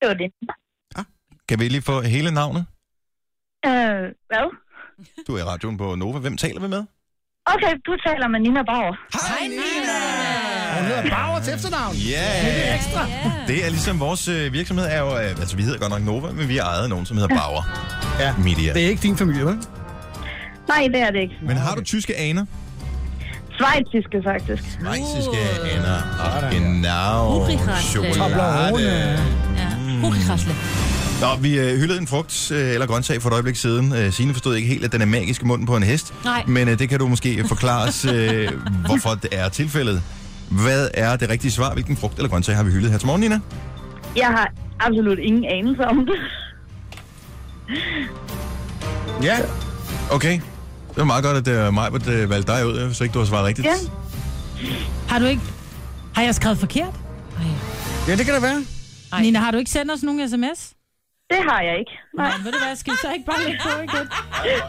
Speaker 15: Det var det.
Speaker 1: Kan vi lige få hele navnet?
Speaker 15: Øh, hvad?
Speaker 1: Du er i radioen på Nova. Hvem taler vi med?
Speaker 15: Okay, du taler med Nina Bauer.
Speaker 1: Hej,
Speaker 15: Nina!
Speaker 3: Hun hedder Bauer til efternavn.
Speaker 1: Ja.
Speaker 3: Det er ekstra.
Speaker 1: Det er ligesom vores øh, virksomhed er jo, øh, altså vi hedder godt nok Nova, men vi er ejet af nogen, som hedder Bauer. Ja. Media.
Speaker 3: Det er ikke din familie, vel?
Speaker 15: Nej, det er det ikke.
Speaker 1: Men har du tyske aner?
Speaker 15: Svejtiske, faktisk.
Speaker 1: Svejtiske aner. Og genau.
Speaker 15: Hubrigræsle.
Speaker 1: Chokolade.
Speaker 5: Hukrasle.
Speaker 1: Nå, vi øh, hyldede en frugt øh, eller grøntsag for et øjeblik siden. Øh, Signe forstod ikke helt, at den er magisk i munden på en hest.
Speaker 5: Nej.
Speaker 1: Men øh, det kan du måske forklare os, øh, hvorfor det er tilfældet. Hvad er det rigtige svar? Hvilken frugt eller grøntsag har vi hyldet her til morgen, Nina?
Speaker 15: Jeg har absolut ingen anelse om det.
Speaker 1: Ja. Okay. Det var meget godt, at uh, Majbert uh, valgte dig ud, øh, hvis ikke du har svaret rigtigt.
Speaker 2: Ja. Har du ikke... Har jeg skrevet forkert?
Speaker 3: Ja, det kan det være.
Speaker 2: Ej. Nina, har du ikke sendt os nogen sms?
Speaker 15: Det har jeg ikke.
Speaker 2: Nej. Nå, ved du hvad, skal vi så ikke bare lægge på igen?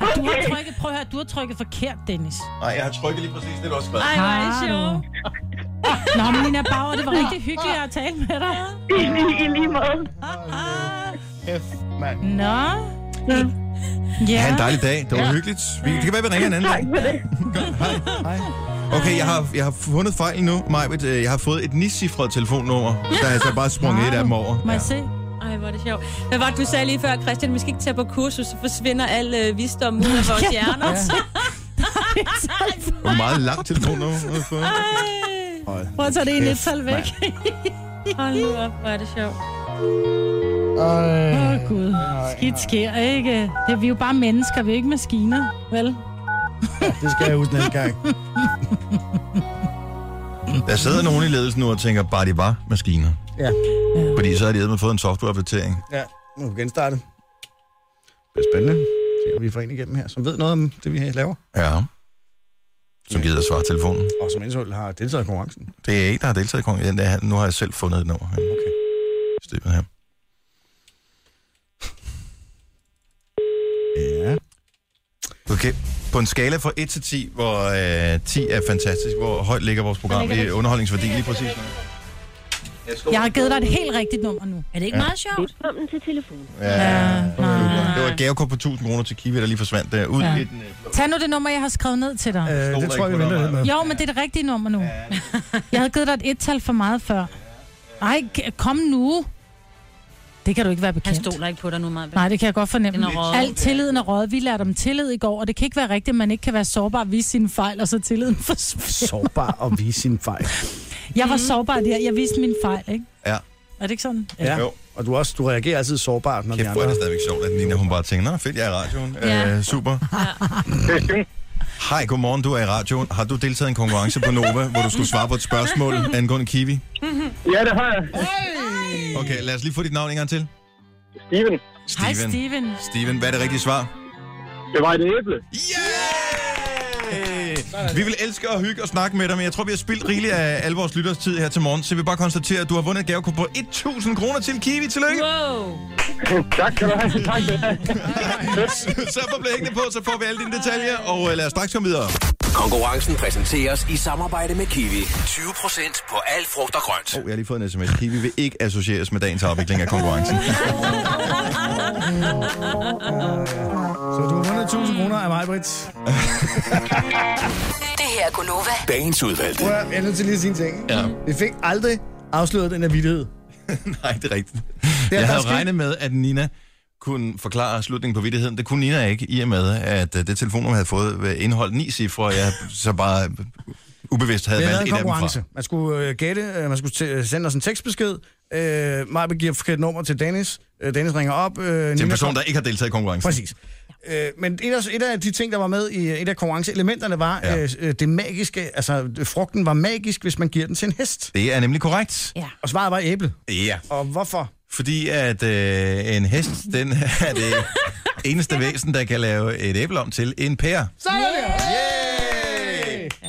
Speaker 2: Og du har trykket, prøv at høre, du har trykket forkert, Dennis.
Speaker 1: Nej, jeg har trykket lige præcis det, du har skrevet.
Speaker 2: Ej, hvor er det sjovt. Nå, men Nina Bauer, det var rigtig hyggeligt at tale med dig.
Speaker 15: I lige måde.
Speaker 3: F, mand.
Speaker 2: Nå.
Speaker 1: Ja. Ha' en dejlig dag. Det var ja. hyggeligt. Vi, det kan være, vi ringer en anden dag.
Speaker 15: Tak for det.
Speaker 1: Hej. Okay, jeg har, jeg har fundet fejl nu, Majbet. Øh, Jeg har fået et niscifret telefonnummer, der er så bare sprunget et af dem over.
Speaker 5: Må jeg se? Ej, hvor er det sjovt. Hvad var det, du sagde lige før, Christian? Vi skal ikke tage på kursus, så forsvinder al øh, visdom ud af vores
Speaker 16: Ja.
Speaker 5: hjerner.
Speaker 16: Ja.
Speaker 1: Det var meget langt telefonnummer, jeg har fået.
Speaker 2: Prøv at tage det ene
Speaker 1: Kæft,
Speaker 2: et tal væk.
Speaker 5: Hold nu op, hvor er det sjovt.
Speaker 2: Åh, oh, Gud. Skidt sker, ikke? Det, vi er jo bare mennesker, vi er ikke maskiner, vel?
Speaker 3: Det skal jeg huske næste gang.
Speaker 1: Der sidder nogen i ledelsen nu og tænker, bare de var maskiner.
Speaker 3: Ja.
Speaker 1: Fordi så har de med fået en softwareopdatering.
Speaker 3: Ja, nu kan vi genstarte. Det er spændende. Se, om vi får en igennem her, som ved noget om det, vi laver.
Speaker 1: Ja. Som gider at svare telefonen.
Speaker 3: Og som indsøl har deltaget i konkurrencen.
Speaker 1: Det er ikke, der har deltaget i konkurrencen. Det er han. Nu har jeg selv fundet et nummer. Okay. Stedet her.
Speaker 3: Ja.
Speaker 1: Okay. På en skala fra 1 til 10, hvor øh, 10 er fantastisk, hvor højt ligger vores program i underholdningsværdi lige præcis nu?
Speaker 2: Jeg har givet dig et helt rigtigt nummer nu. Er det
Speaker 1: ikke Ja. meget
Speaker 2: sjovt? Velkommen til telefonen.
Speaker 1: Ja, det var et gavekort på 1000 kroner til Kiwi, der lige forsvandt derud.
Speaker 2: Ja.
Speaker 1: Ja. I den, øh,
Speaker 2: Tag nu det nummer, jeg har skrevet ned til dig.
Speaker 3: Øh.
Speaker 1: Stoler det tror ikke jeg, vi på dig, venter lidt med.
Speaker 2: Jo, men det er det rigtige nummer nu. Jeg havde givet dig et et-tal for meget før. Ej, k- kom nu. Det kan du ikke være bekendt.
Speaker 5: Han stoler ikke på dig nu meget. vel?
Speaker 2: Nej, det kan jeg godt
Speaker 5: Den
Speaker 2: fornemme.
Speaker 5: er røget.
Speaker 2: Alt tilliden er røget. Vi lærte om tillid i går, og det kan ikke være rigtigt, at man ikke kan være sårbar og vise sine fejl, og så tilliden forsvinder.
Speaker 3: Sårbar og vise sin fejl.
Speaker 2: Jeg var sårbar der. Jeg viste min fejl, ikke?
Speaker 1: Ja.
Speaker 2: Er det ikke sådan?
Speaker 3: Ja. Jo. Og du, også, du reagerer altid sårbart, når
Speaker 1: Kæft,
Speaker 3: de
Speaker 1: hvor er
Speaker 3: andre...
Speaker 1: det stadigvæk sjovt, at Nina hun bare tænker, Nå, fedt, jeg er i radioen.
Speaker 2: Ja.
Speaker 1: Ja. Øh, super. Ja. Hej, godmorgen, du er i radioen. Har du deltaget i en konkurrence på Nova, hvor du skulle svare på et spørgsmål angående Kiwi?
Speaker 17: Ja, det har jeg.
Speaker 1: Okay, lad os lige få dit navn en gang til.
Speaker 17: Steven.
Speaker 2: Hej, Steven.
Speaker 1: Steven, hvad er det rigtige svar?
Speaker 17: Det var et æble.
Speaker 1: Hey. Vi vil elske at hygge og snakke med dig, men jeg tror, vi har spildt rigeligt af alle vores lytters tid her til morgen, så vi vil bare konstatere, at du har vundet et gavekort på 1.000 kroner til Kiwi. Tillykke!
Speaker 5: Wow.
Speaker 17: tak skal du have. Tak skal du have.
Speaker 1: så forbliv hængende på, så får vi alle dine detaljer, og øh, lad os straks komme videre.
Speaker 9: Konkurrencen præsenteres i samarbejde med Kiwi. 20% på alt frugt og grønt.
Speaker 1: Oh, jeg har lige fået en sms. Kiwi vil ikke associeres med dagens afvikling af konkurrencen.
Speaker 3: Så du har vundet 1000 kroner af mig, Britt.
Speaker 8: Det her er Gunova.
Speaker 9: Dagens udvalgte.
Speaker 3: Prøv at, jeg er nødt til lige at sige en ting.
Speaker 1: Ja.
Speaker 3: Vi fik aldrig afsløret den her vildhed.
Speaker 1: Nej, det er rigtigt.
Speaker 3: der
Speaker 1: Jeg
Speaker 3: er
Speaker 1: havde
Speaker 3: sket-
Speaker 1: regnet med, at Nina kunne forklare slutningen på vidtigheden. Det kunne Nina ikke, i og med, at øh, det telefonnummer, jeg havde fået, øh, indeholdt ni cifre, og jeg så bare øh, ubevidst havde
Speaker 3: Vi havde
Speaker 1: valgt
Speaker 3: en
Speaker 1: et af dem fra.
Speaker 3: konkurrence. Man skulle øh, gætte, øh, man skulle t- sende os en tekstbesked. Øh, Maja giver et forkert nummer til Dennis. Øh, Dennis ringer op. Øh,
Speaker 1: Til en person, der ikke har deltaget i konkurrencen.
Speaker 3: Præcis. Øh, men et af, et af de ting, der var med i øh, et af konkurrenceelementerne, var
Speaker 1: Ja.
Speaker 3: ja. øh, det magiske. Altså, øh, frugten var magisk, hvis man giver den til en hest.
Speaker 1: Det er nemlig korrekt.
Speaker 3: Ja. Og svaret var æble.
Speaker 1: Ja.
Speaker 3: Og hvorfor?
Speaker 1: Fordi at øh, en hest, den er det eneste væsen, der kan lave et æble om til en pære.
Speaker 3: Så er det!
Speaker 1: Yay!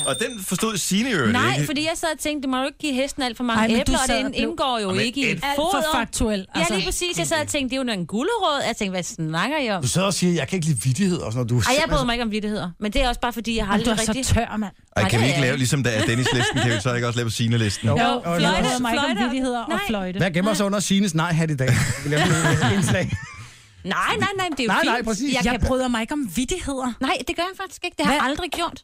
Speaker 1: Og den forstod Signe jo
Speaker 5: Nej,
Speaker 1: ikke.
Speaker 5: fordi jeg sad og tænkte, det må du ikke give hesten alt for mange
Speaker 2: Ej,
Speaker 5: Ej,
Speaker 2: men du
Speaker 5: æbler, og
Speaker 2: sad og
Speaker 5: det
Speaker 2: blev-
Speaker 5: indgår jo
Speaker 2: Jamen,
Speaker 5: ikke i
Speaker 2: et-
Speaker 5: et
Speaker 2: Alt for
Speaker 5: foder.
Speaker 2: faktuel,
Speaker 5: Ja,
Speaker 2: altså.
Speaker 5: lige præcis. Jeg sad og tænkte, det er jo en gulerod. Jeg tænkte, hvad snakker I om?
Speaker 3: Du sidder og siger, jeg kan ikke lide vidtighed og sådan noget. Du er
Speaker 5: Ej, jeg
Speaker 3: simpelthen
Speaker 5: bryder mig ikke om vittigheder. Men det er også bare, fordi jeg har
Speaker 2: Men du
Speaker 5: aldrig
Speaker 2: er så
Speaker 5: rigtig...
Speaker 2: tør, mand.
Speaker 1: Ej, kan vi ikke
Speaker 5: det er
Speaker 1: lave, ligesom der er Dennis-listen, kan vi så ikke også lave Signe-listen?
Speaker 3: Jo.
Speaker 2: Jo,
Speaker 3: Og
Speaker 2: fløjte,
Speaker 3: lad os-
Speaker 2: fløjte, mig ikke om vittigheder og fløjte.
Speaker 3: Hvad gemmer sig under Sines nej-hat i dag? Vi laver et indslag.
Speaker 5: Nej, nej, nej, men det er jo
Speaker 3: Nej,
Speaker 5: fint.
Speaker 3: nej, præcis.
Speaker 5: Jeg,
Speaker 2: Jeg
Speaker 5: kan...
Speaker 2: bryder mig ikke om vittigheder.
Speaker 5: Nej, det gør jeg faktisk ikke. Det har jeg
Speaker 2: Hvad?
Speaker 5: aldrig gjort.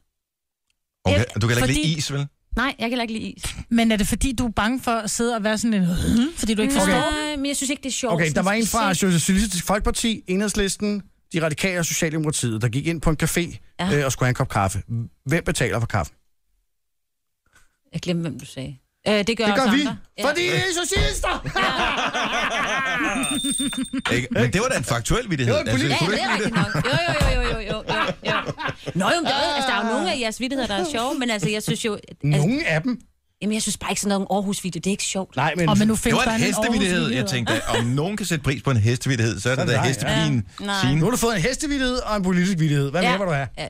Speaker 1: Okay, du kan heller ikke lide
Speaker 2: Fordi-
Speaker 1: is, vel?
Speaker 5: Nej, jeg kan heller ikke lide is.
Speaker 2: Men er det fordi, du er bange for at sidde og være sådan en... "Hmm", Fordi du ikke
Speaker 5: Nej,
Speaker 2: forstår?
Speaker 5: men jeg synes ikke, det er sjovt.
Speaker 3: Okay, der var en fra
Speaker 5: Sådan-
Speaker 3: Socialistisk Folkeparti, Enhedslisten, De Radikale og Socialdemokratiet, der gik ind på en café
Speaker 5: Ja.
Speaker 3: øh, og skulle have en kop kaffe. Hvem betaler for kaffen?
Speaker 5: Jeg glemte, hvem du sagde. Øh, det gør,
Speaker 3: Det gør
Speaker 5: os
Speaker 3: vi,
Speaker 5: andre.
Speaker 3: fordi I er socialister!
Speaker 1: Ikke? Men det var da en faktuel vittighed. Altså,
Speaker 5: Ja, det er rigtigt nok. Jo, jo, jo, jo, jo, jo, jo, jo. Nå, jo, men der, er- altså, der er jo nogle af jeres vittigheder, der er sjove, men altså, jeg synes jo... Altså,
Speaker 3: Nogle af dem?
Speaker 5: jamen, jeg synes bare ikke sådan noget om Aarhus-video, det er ikke sjovt.
Speaker 3: Nej, men...
Speaker 5: Og, men nu
Speaker 1: det
Speaker 5: findes
Speaker 1: var
Speaker 5: der
Speaker 1: en
Speaker 5: en
Speaker 1: hestevittighed. Jeg tænkte, om nogen kan sætte pris på en hestevittighed, så er det da
Speaker 3: dig, ja.
Speaker 1: hestevittigheden
Speaker 5: Ja. Nej.
Speaker 1: Signe.
Speaker 3: Nu har du fået en hestevidighed og en politisk vidighed. Hvad
Speaker 5: Ja.
Speaker 3: mere vil du have?
Speaker 5: Ja.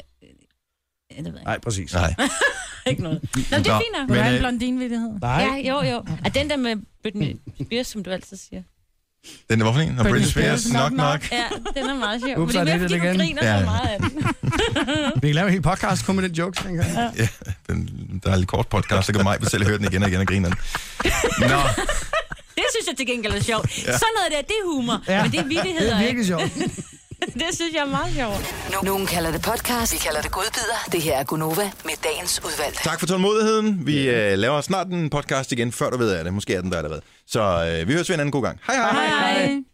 Speaker 3: Nej, præcis.
Speaker 1: Nej.
Speaker 5: ikke noget. Nå, det er
Speaker 3: Nå,
Speaker 5: fint
Speaker 3: men,
Speaker 5: nok.
Speaker 2: Hvad er en
Speaker 3: øh,
Speaker 2: blondinvittighed?
Speaker 3: nej.
Speaker 5: Ja, jo, jo. Og den der med Britney Spears, som du altid siger.
Speaker 1: Den der, hvorfor en? Og Britney Spears, nok nok.
Speaker 5: Ja, den er meget sjov.
Speaker 3: Ups,
Speaker 5: Men det er
Speaker 3: og det
Speaker 5: mere,
Speaker 3: er
Speaker 5: fordi
Speaker 3: det igen.
Speaker 5: du griner
Speaker 1: Ja.
Speaker 5: så meget af den.
Speaker 3: Vi kan lave en hel podcast kun med den joke, tænker jeg.
Speaker 1: Ja, den, der er lidt kort podcast, så kan mig selv høre den igen og igen og grine den. Nå,
Speaker 5: Det synes jeg til gengæld er sjovt.
Speaker 1: Ja.
Speaker 5: Sådan noget der, det er humor.
Speaker 3: Ja,
Speaker 5: Men det er vittigheder,
Speaker 3: det er virkelig
Speaker 5: ikke?
Speaker 3: sjovt.
Speaker 5: det synes jeg er meget sjovt.
Speaker 8: Nogen kalder det podcast, vi kalder det godbider. Det her er Gunova med dagens udvalgte.
Speaker 1: Tak for tålmodigheden. Vi øh, laver snart en podcast igen, før du ved af det. Måske er den der allerede. Så øh, vi høres ved en anden god gang. Hej hej.
Speaker 5: Hej.